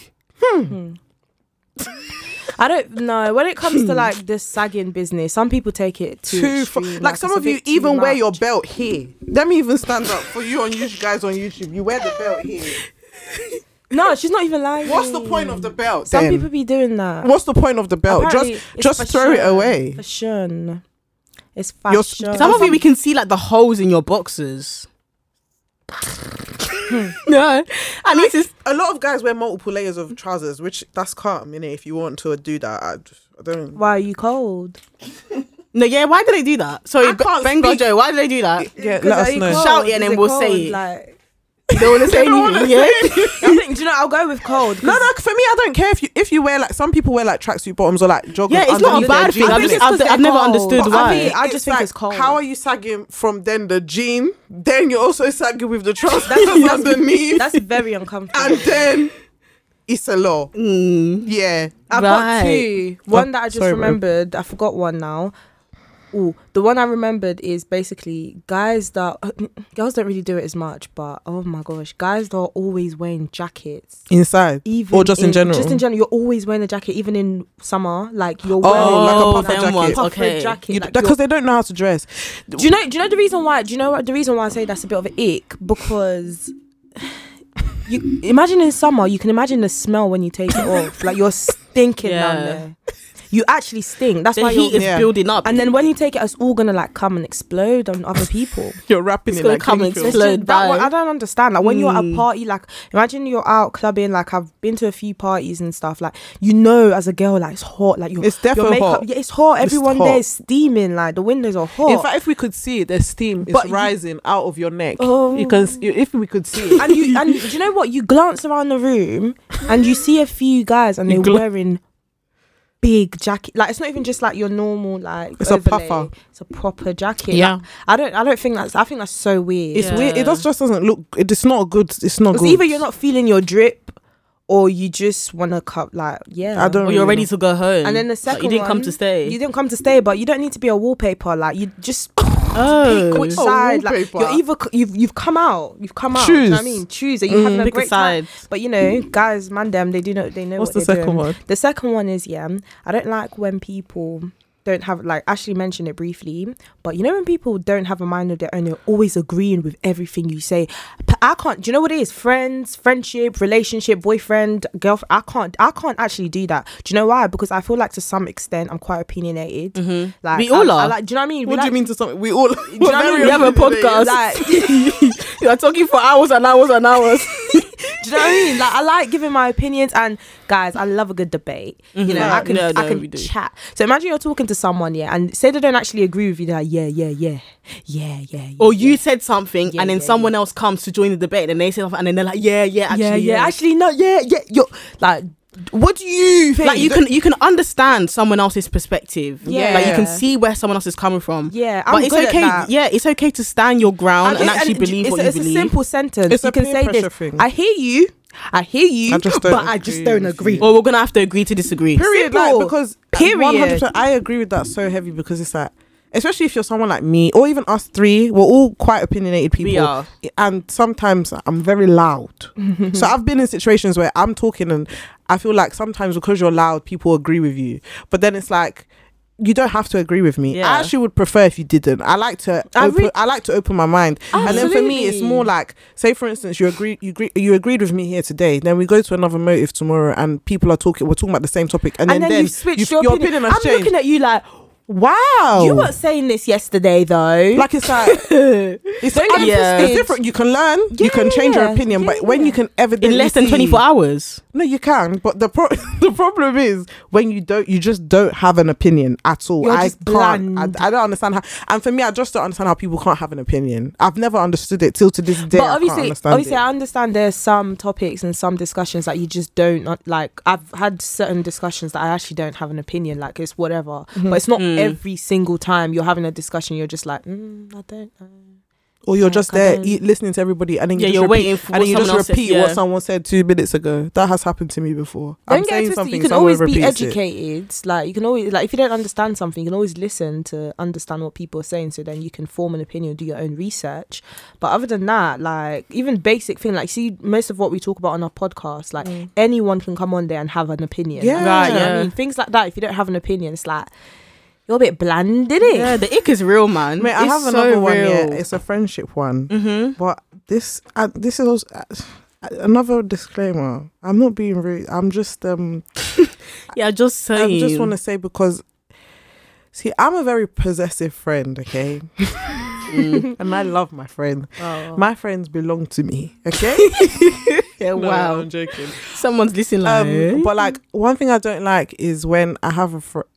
[SPEAKER 3] I don't know. When it comes to like this sagging business, some people take it too,
[SPEAKER 2] too far.
[SPEAKER 3] extreme,
[SPEAKER 2] Like,
[SPEAKER 3] it's
[SPEAKER 2] some
[SPEAKER 3] a
[SPEAKER 2] of you
[SPEAKER 3] bit too
[SPEAKER 2] even wear
[SPEAKER 3] much.
[SPEAKER 2] your belt here. Let me even stand up for you on YouTube guys on YouTube. You wear the belt here.
[SPEAKER 3] No, she's not even lying.
[SPEAKER 2] What's the point of the belt?
[SPEAKER 3] Some
[SPEAKER 2] then?
[SPEAKER 3] people be doing that.
[SPEAKER 2] What's the point of the belt?
[SPEAKER 1] Oh,
[SPEAKER 3] Apparently, it's
[SPEAKER 2] just just throw it
[SPEAKER 3] fashion.
[SPEAKER 2] away.
[SPEAKER 3] Fashion. It's
[SPEAKER 2] Your-
[SPEAKER 3] fashion.
[SPEAKER 1] Some of you we can see like the holes in your boxes. no, and this is
[SPEAKER 2] A lot of guys wear multiple layers of trousers, which that's calm, you know, if you want to do that. I, just- I don't
[SPEAKER 3] Why are you cold?
[SPEAKER 1] no. Yeah, why do they do that?
[SPEAKER 2] I
[SPEAKER 1] Sorry, B-
[SPEAKER 2] can't
[SPEAKER 1] Ben
[SPEAKER 2] speak.
[SPEAKER 1] Gojo, why do they do that?
[SPEAKER 2] yeah,
[SPEAKER 3] 'Cause are you cold?
[SPEAKER 1] Shout it and
[SPEAKER 3] Is
[SPEAKER 1] then we'll
[SPEAKER 3] cold?
[SPEAKER 1] say it.
[SPEAKER 3] Like,
[SPEAKER 1] They don't want to say
[SPEAKER 2] don't wanna
[SPEAKER 1] anything. Yeah,
[SPEAKER 3] I think, do you know, I'll go with cold.
[SPEAKER 2] No, no, for me, I don't care if you if you wear like some people wear like tracksuit bottoms or like joggers.
[SPEAKER 1] yeah, it's not a
[SPEAKER 2] underneath their
[SPEAKER 1] bad thing.
[SPEAKER 2] jeans.
[SPEAKER 1] I've,
[SPEAKER 3] think it's
[SPEAKER 1] I've,
[SPEAKER 3] 'cause
[SPEAKER 1] I've
[SPEAKER 3] they're
[SPEAKER 1] never
[SPEAKER 3] cold.
[SPEAKER 1] understood
[SPEAKER 3] But I
[SPEAKER 1] why.
[SPEAKER 3] think- I just think it's cold.
[SPEAKER 2] How are you sagging from then the jean? Then you're also sagging with the trousers
[SPEAKER 3] that's-
[SPEAKER 2] underneath.
[SPEAKER 3] That's very uncomfortable.
[SPEAKER 2] and then it's a law.
[SPEAKER 1] Mm.
[SPEAKER 2] Yeah.
[SPEAKER 3] I've got
[SPEAKER 1] Right.
[SPEAKER 3] two.
[SPEAKER 2] Oh,
[SPEAKER 3] One that I just
[SPEAKER 2] sorry, bro.
[SPEAKER 3] remembered. I forgot one now. all. The one I remembered is basically guys that girls don't really do it as much, but oh my gosh, guys that are always wearing jackets.
[SPEAKER 2] inside.
[SPEAKER 3] Even
[SPEAKER 2] Or just in general?
[SPEAKER 3] Just in general, you're always wearing a jacket, even in summer. Like you're
[SPEAKER 2] Oh,
[SPEAKER 3] wearing
[SPEAKER 2] like a puffer
[SPEAKER 1] them
[SPEAKER 2] jacket.
[SPEAKER 1] ones,
[SPEAKER 3] puffer
[SPEAKER 1] okay.
[SPEAKER 3] jacket. like,
[SPEAKER 2] Because
[SPEAKER 3] you're-
[SPEAKER 2] they don't know how to dress.
[SPEAKER 3] do you know? Do you know the reason why? Do you know what the reason why I say that's a bit of an ick? Because you imagine in summer, you can imagine the smell when you take it off. Like you're stinking
[SPEAKER 1] Yeah.
[SPEAKER 3] down there. You actually stink. That's
[SPEAKER 1] The
[SPEAKER 3] why
[SPEAKER 1] heat
[SPEAKER 3] you're.
[SPEAKER 1] is
[SPEAKER 2] Yeah.
[SPEAKER 1] building up.
[SPEAKER 3] and then when you take it, it's all gonna like come and explode on other people.
[SPEAKER 2] You're rapping
[SPEAKER 1] It's
[SPEAKER 2] it
[SPEAKER 1] gonna
[SPEAKER 2] like
[SPEAKER 1] come
[SPEAKER 2] King
[SPEAKER 1] and
[SPEAKER 2] Phil.
[SPEAKER 3] It's
[SPEAKER 1] explode.
[SPEAKER 3] just- that one-
[SPEAKER 1] by.
[SPEAKER 3] I don't understand. Like when you're at a
[SPEAKER 2] Hmm.
[SPEAKER 1] Mm.
[SPEAKER 3] party, like imagine you're out clubbing. Like I've been to a few parties and stuff. Like you know, as a girl, like it's hot. Like your
[SPEAKER 2] It's
[SPEAKER 3] your
[SPEAKER 2] definitely
[SPEAKER 3] makeup,
[SPEAKER 2] hot.
[SPEAKER 3] yeah, it's hot.
[SPEAKER 2] It's
[SPEAKER 3] Everyone
[SPEAKER 2] hot.
[SPEAKER 3] there is steaming. Like the windows are hot.
[SPEAKER 2] In fact, if we could see it, the steam is
[SPEAKER 3] But you-
[SPEAKER 2] rising out of your neck.
[SPEAKER 3] Oh.
[SPEAKER 2] You can, s- if we could see it,
[SPEAKER 3] and you and do you know what? You glance around the room and you see a few guys and
[SPEAKER 2] You
[SPEAKER 3] they're
[SPEAKER 2] gla-
[SPEAKER 3] wearing big jacket. Like it's not even just like your normal like
[SPEAKER 2] It's a
[SPEAKER 3] overlay.
[SPEAKER 2] puffer.
[SPEAKER 3] It's a proper jacket.
[SPEAKER 1] Yeah.
[SPEAKER 3] Like, I don't I don't think that's I think that's so weird.
[SPEAKER 2] it's
[SPEAKER 1] Yeah.
[SPEAKER 2] weird. It does, just doesn't look. It, it's not good. It's not
[SPEAKER 3] Because
[SPEAKER 2] good.
[SPEAKER 3] either you're not feeling your drip or you just wanna cut like yeah.
[SPEAKER 2] I don't
[SPEAKER 1] or you're
[SPEAKER 2] really
[SPEAKER 1] ready
[SPEAKER 2] know.
[SPEAKER 1] to go home.
[SPEAKER 3] and then the
[SPEAKER 1] Like,
[SPEAKER 3] second
[SPEAKER 1] you didn't come
[SPEAKER 3] one,
[SPEAKER 1] to stay.
[SPEAKER 3] You didn't come to stay, but you don't need to be a wallpaper. Like you just
[SPEAKER 1] oh,
[SPEAKER 3] pick which
[SPEAKER 2] Oh,
[SPEAKER 3] side. Like
[SPEAKER 2] wallpaper.
[SPEAKER 3] you're either c- you've you've come out, you've come out. do you know what I
[SPEAKER 2] Choose.
[SPEAKER 3] mean, choose. Are you
[SPEAKER 2] Mm.
[SPEAKER 3] having a
[SPEAKER 1] pick a
[SPEAKER 3] great time?
[SPEAKER 1] side.
[SPEAKER 3] But you know, guys, man, them they do know they know
[SPEAKER 2] What's the
[SPEAKER 3] what they're
[SPEAKER 2] second
[SPEAKER 3] doing.
[SPEAKER 2] one?
[SPEAKER 3] The second one is yeah, I don't like when people don't have like Ashley mentioned it briefly, but you know when people don't have a mind of their own, they're always agreeing with everything you say. P- I can't. Do you know what it is? Friends, friendship, relationship, boyfriend, girlfriend. I can't. I can't actually do that. Do you know why? Because I feel like to some extent I'm quite opinionated.
[SPEAKER 2] Mm-hmm.
[SPEAKER 3] Like
[SPEAKER 1] We all
[SPEAKER 3] I- I
[SPEAKER 1] are.
[SPEAKER 3] like. Do you know what I mean? We
[SPEAKER 2] What do
[SPEAKER 3] like-
[SPEAKER 2] you mean to something? We all.
[SPEAKER 3] Do you know what I mean? We have a podcast. Like,
[SPEAKER 1] you are talking for hours and hours and hours.
[SPEAKER 3] Do you know what I mean? Like I like giving my opinions, and guys, I love a good debate. You know,
[SPEAKER 1] Mhm.
[SPEAKER 3] I can
[SPEAKER 1] No, no,
[SPEAKER 3] I
[SPEAKER 1] we
[SPEAKER 3] can
[SPEAKER 1] do.
[SPEAKER 3] chat. So imagine you're talking to someone, yeah, and say they don't actually agree with you. They're like, yeah, yeah, yeah, yeah, yeah, yeah.
[SPEAKER 1] or Oh, you said something
[SPEAKER 3] Yeah,
[SPEAKER 1] and then
[SPEAKER 3] yeah,
[SPEAKER 1] someone else comes to join the debate and they say something and then they're like, yeah, yeah, actually,
[SPEAKER 3] yeah, yeah, actually, no, yeah, yeah. You're like, what do you think?
[SPEAKER 1] Like you can you can understand someone else's perspective.
[SPEAKER 3] Yeah.
[SPEAKER 1] Like you can
[SPEAKER 3] Yeah.
[SPEAKER 1] see where someone else is coming from.
[SPEAKER 3] Yeah, I'm
[SPEAKER 1] But it's
[SPEAKER 3] good at
[SPEAKER 1] okay.
[SPEAKER 3] that.
[SPEAKER 1] Yeah, it's okay to stand your ground
[SPEAKER 3] I
[SPEAKER 1] and
[SPEAKER 3] just-
[SPEAKER 1] actually believe
[SPEAKER 3] it's
[SPEAKER 1] what
[SPEAKER 3] a,
[SPEAKER 1] you
[SPEAKER 3] it's
[SPEAKER 1] believe.
[SPEAKER 3] a simple sentence.
[SPEAKER 2] It's
[SPEAKER 3] you
[SPEAKER 2] a
[SPEAKER 3] can
[SPEAKER 2] peer
[SPEAKER 3] say
[SPEAKER 2] pressure
[SPEAKER 3] this.
[SPEAKER 2] thing.
[SPEAKER 3] I hear you. I hear you.
[SPEAKER 2] I just don't
[SPEAKER 3] but I just
[SPEAKER 2] agree
[SPEAKER 3] don't
[SPEAKER 2] with
[SPEAKER 3] agree.
[SPEAKER 2] you.
[SPEAKER 1] Or we're gonna have to agree Oh, to disagree.
[SPEAKER 2] Period. Like,
[SPEAKER 3] Simple.
[SPEAKER 2] because
[SPEAKER 3] Period.
[SPEAKER 2] 100%, I agree with that so heavy because it's like, especially if you're someone like me or even us three, we're all quite opinionated people.
[SPEAKER 1] We are.
[SPEAKER 2] And sometimes I'm very loud. So I've been in situations where I'm talking and I feel like sometimes because you're loud, people agree with you. But then it's like, you don't have to agree with me.
[SPEAKER 1] Yeah.
[SPEAKER 2] I actually would prefer if you didn't. I like to
[SPEAKER 3] I
[SPEAKER 2] open,
[SPEAKER 3] re-
[SPEAKER 2] I like to open my mind. And then for me it's
[SPEAKER 3] Absolutely.
[SPEAKER 2] more like say for instance you agree you agree, you agreed with me here today, then we go to another motive tomorrow and people are talking we're talking about the same topic and,
[SPEAKER 3] and, then,
[SPEAKER 2] then, then
[SPEAKER 3] you switch
[SPEAKER 2] you've-
[SPEAKER 3] your, opinion.
[SPEAKER 2] has
[SPEAKER 3] I'm
[SPEAKER 2] changed.
[SPEAKER 3] looking at you like,
[SPEAKER 2] wow.
[SPEAKER 3] you weren't saying this yesterday though.
[SPEAKER 2] like it's like it's,
[SPEAKER 3] Don't get
[SPEAKER 2] it's
[SPEAKER 1] Yeah.
[SPEAKER 2] it's different. You can learn, you
[SPEAKER 3] Yeah,
[SPEAKER 2] can change your
[SPEAKER 3] yeah,
[SPEAKER 2] opinion, but
[SPEAKER 3] yeah,
[SPEAKER 2] when
[SPEAKER 3] yeah.
[SPEAKER 2] you can evidently
[SPEAKER 1] In less than
[SPEAKER 2] see-
[SPEAKER 1] twenty four hours.
[SPEAKER 2] No, you can, but the pro- the problem is when you don't, you just don't have an opinion at all.
[SPEAKER 3] You're
[SPEAKER 2] I
[SPEAKER 3] just
[SPEAKER 2] can't. I,
[SPEAKER 3] bland.
[SPEAKER 2] I don't understand how. And for me, I just don't understand how people can't have an opinion. I've never understood it till to this
[SPEAKER 3] but
[SPEAKER 2] day. I can't
[SPEAKER 3] obviously,
[SPEAKER 2] understand
[SPEAKER 3] obviously,
[SPEAKER 2] it.
[SPEAKER 3] I understand there's some topics and some discussions that you just don't uh, like. I've had certain discussions that I actually don't have an opinion. Like it's whatever,
[SPEAKER 2] Mm-hmm.
[SPEAKER 3] but it's not
[SPEAKER 1] Mm.
[SPEAKER 3] every single time you're having a discussion. You're just like, mm, I don't know.
[SPEAKER 2] or you're
[SPEAKER 3] like,
[SPEAKER 2] just
[SPEAKER 3] I
[SPEAKER 2] there
[SPEAKER 3] don't-
[SPEAKER 2] eat, listening to everybody, and then you
[SPEAKER 1] Yeah,
[SPEAKER 2] just
[SPEAKER 1] you're
[SPEAKER 2] repeat,
[SPEAKER 1] waiting for
[SPEAKER 2] and then you
[SPEAKER 1] what someone
[SPEAKER 2] just
[SPEAKER 1] else said,
[SPEAKER 2] repeat
[SPEAKER 1] yeah.
[SPEAKER 2] what someone said two minutes ago. That has happened to me before.
[SPEAKER 3] Don't
[SPEAKER 2] I'm
[SPEAKER 3] get
[SPEAKER 2] saying
[SPEAKER 3] it twisted.
[SPEAKER 2] something.
[SPEAKER 3] You can
[SPEAKER 2] someone
[SPEAKER 3] always be
[SPEAKER 2] repeats it.
[SPEAKER 3] educated. Like you can always like if you don't understand something, you can always listen to understand what people are saying. So then you can form an opinion, do your own research. But other than that, like even basic thing, like see most of what we talk about on our podcast, like anyone can come on there and have an opinion.
[SPEAKER 2] Yeah.
[SPEAKER 1] Right,
[SPEAKER 3] Like, you know what
[SPEAKER 1] Mm. yeah.
[SPEAKER 3] I mean things like that. If you don't have an opinion, it's like you're a bit bland, did it?
[SPEAKER 1] Yeah, the ick is real, man.
[SPEAKER 2] Mate, I
[SPEAKER 1] It's
[SPEAKER 2] have
[SPEAKER 1] so
[SPEAKER 2] another one. Yeah,
[SPEAKER 1] real.
[SPEAKER 2] it's a friendship one.
[SPEAKER 1] Mhm.
[SPEAKER 2] But this, uh, this is also, uh, another disclaimer. I'm not being rude. I'm just um,
[SPEAKER 1] Yeah, just saying.
[SPEAKER 2] I just want to say because, see, I'm a very possessive friend, okay? and I love my friend.
[SPEAKER 1] Oh.
[SPEAKER 2] My friends belong to me, okay?
[SPEAKER 1] yeah,
[SPEAKER 2] Oh. No,
[SPEAKER 1] wow.
[SPEAKER 2] I'm joking.
[SPEAKER 1] Someone's listening. Like, eh?
[SPEAKER 2] Um, but like, one thing I don't like is when I have a friend.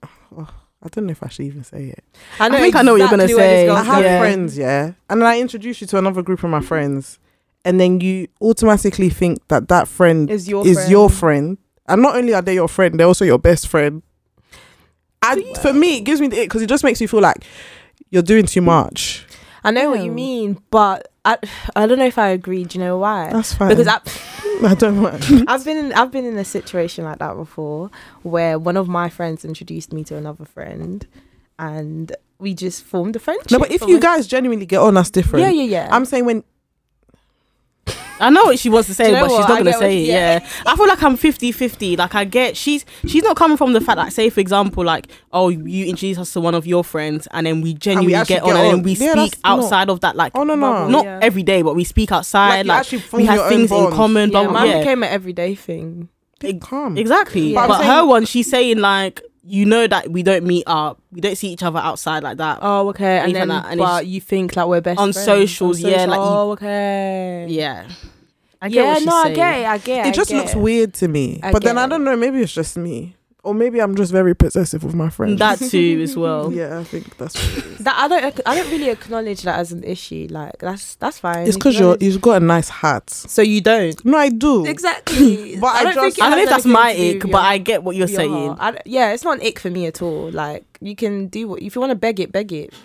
[SPEAKER 2] I don't know if I should even say it.
[SPEAKER 1] I think I know what you're gonna
[SPEAKER 3] where this
[SPEAKER 1] say.
[SPEAKER 2] I
[SPEAKER 3] girl's
[SPEAKER 2] have
[SPEAKER 1] Yeah.
[SPEAKER 2] friends, yeah, and then I introduce you to another group of my friends, and then you automatically think that that friend
[SPEAKER 3] Is your
[SPEAKER 2] is your friend, and not only are they your friend, they're also your best friend. And for me, it gives me the it because it just makes me feel like you're doing too much.
[SPEAKER 3] I know what you
[SPEAKER 1] Oh.
[SPEAKER 3] mean, but I I don't know if I agree. Do you know
[SPEAKER 1] Uh,
[SPEAKER 3] why?
[SPEAKER 2] That's fine.
[SPEAKER 3] Because I.
[SPEAKER 2] I don't want.
[SPEAKER 3] I've been in, I've been in a situation like that before, where one of my friends introduced me to another friend, and we just formed a friendship.
[SPEAKER 2] No, but if
[SPEAKER 3] from
[SPEAKER 2] you
[SPEAKER 3] it.
[SPEAKER 2] guys genuinely get on, that's different.
[SPEAKER 3] yeah, yeah, yeah.
[SPEAKER 2] I'm saying when
[SPEAKER 1] I know what she wants to say,
[SPEAKER 3] Do you know
[SPEAKER 1] but she's
[SPEAKER 3] what?
[SPEAKER 1] not
[SPEAKER 3] I
[SPEAKER 1] going to
[SPEAKER 3] get what
[SPEAKER 1] say it.
[SPEAKER 3] she-
[SPEAKER 1] Yeah. I feel like I'm 50 50. Like, I get she's she's not coming from the fact that, say, for example, like, oh, you introduce us to one of your friends and then we genuinely
[SPEAKER 2] actually
[SPEAKER 1] get on
[SPEAKER 2] get
[SPEAKER 1] and
[SPEAKER 2] on.
[SPEAKER 1] then we
[SPEAKER 2] Yeah,
[SPEAKER 1] speak
[SPEAKER 2] that's not-
[SPEAKER 1] outside of that, like,
[SPEAKER 2] oh no no
[SPEAKER 3] Bubble.
[SPEAKER 1] not
[SPEAKER 3] Yeah.
[SPEAKER 1] every day, but we speak outside.
[SPEAKER 2] you
[SPEAKER 1] Like,
[SPEAKER 2] actually form
[SPEAKER 1] we have
[SPEAKER 2] your own
[SPEAKER 1] things in
[SPEAKER 2] bonds.
[SPEAKER 1] common,
[SPEAKER 3] yeah,
[SPEAKER 1] blah, blah,
[SPEAKER 3] mine
[SPEAKER 1] yeah.
[SPEAKER 3] became an everyday thing.
[SPEAKER 2] they come.
[SPEAKER 1] Exactly.
[SPEAKER 3] Yeah.
[SPEAKER 1] But,
[SPEAKER 3] But
[SPEAKER 2] I'm
[SPEAKER 1] her
[SPEAKER 2] saying-
[SPEAKER 1] one, she's saying like, you know that we don't meet up, we don't see each other outside like that.
[SPEAKER 3] Oh, okay. And
[SPEAKER 1] Even
[SPEAKER 3] then,
[SPEAKER 1] that, and
[SPEAKER 3] but you think like we're best
[SPEAKER 1] On
[SPEAKER 3] friends.
[SPEAKER 1] socials, yeah, like you-
[SPEAKER 3] oh, okay.
[SPEAKER 1] yeah. I get
[SPEAKER 3] yeah,
[SPEAKER 1] what she's
[SPEAKER 3] no, I
[SPEAKER 1] saying.
[SPEAKER 3] get it. I get it.
[SPEAKER 2] It just
[SPEAKER 3] I get
[SPEAKER 2] looks
[SPEAKER 3] it.
[SPEAKER 2] weird to me.
[SPEAKER 3] I
[SPEAKER 2] but then
[SPEAKER 3] get
[SPEAKER 2] I don't know. Maybe it's just me, or maybe I'm just very possessive with my friends.
[SPEAKER 1] That too, as well.
[SPEAKER 2] yeah, I think that's. What it is.
[SPEAKER 3] That I don't. ac- I don't really acknowledge that as an issue. Like that's that's fine.
[SPEAKER 2] it's
[SPEAKER 3] If
[SPEAKER 2] because
[SPEAKER 3] you
[SPEAKER 2] you're
[SPEAKER 3] don't-
[SPEAKER 2] you've got a nice heart.
[SPEAKER 3] So you don't.
[SPEAKER 2] No, I do.
[SPEAKER 3] Exactly.
[SPEAKER 2] But I just-
[SPEAKER 3] it
[SPEAKER 1] I don't know
[SPEAKER 3] has
[SPEAKER 1] if that's
[SPEAKER 3] anything
[SPEAKER 1] my
[SPEAKER 3] to do
[SPEAKER 1] ick,
[SPEAKER 3] with
[SPEAKER 1] but
[SPEAKER 3] your-
[SPEAKER 1] I get what you're
[SPEAKER 3] your
[SPEAKER 1] saying.
[SPEAKER 3] heart. I don't- yeah, it's not an ick for me at all. Like you can do what if you want to beg it, beg it.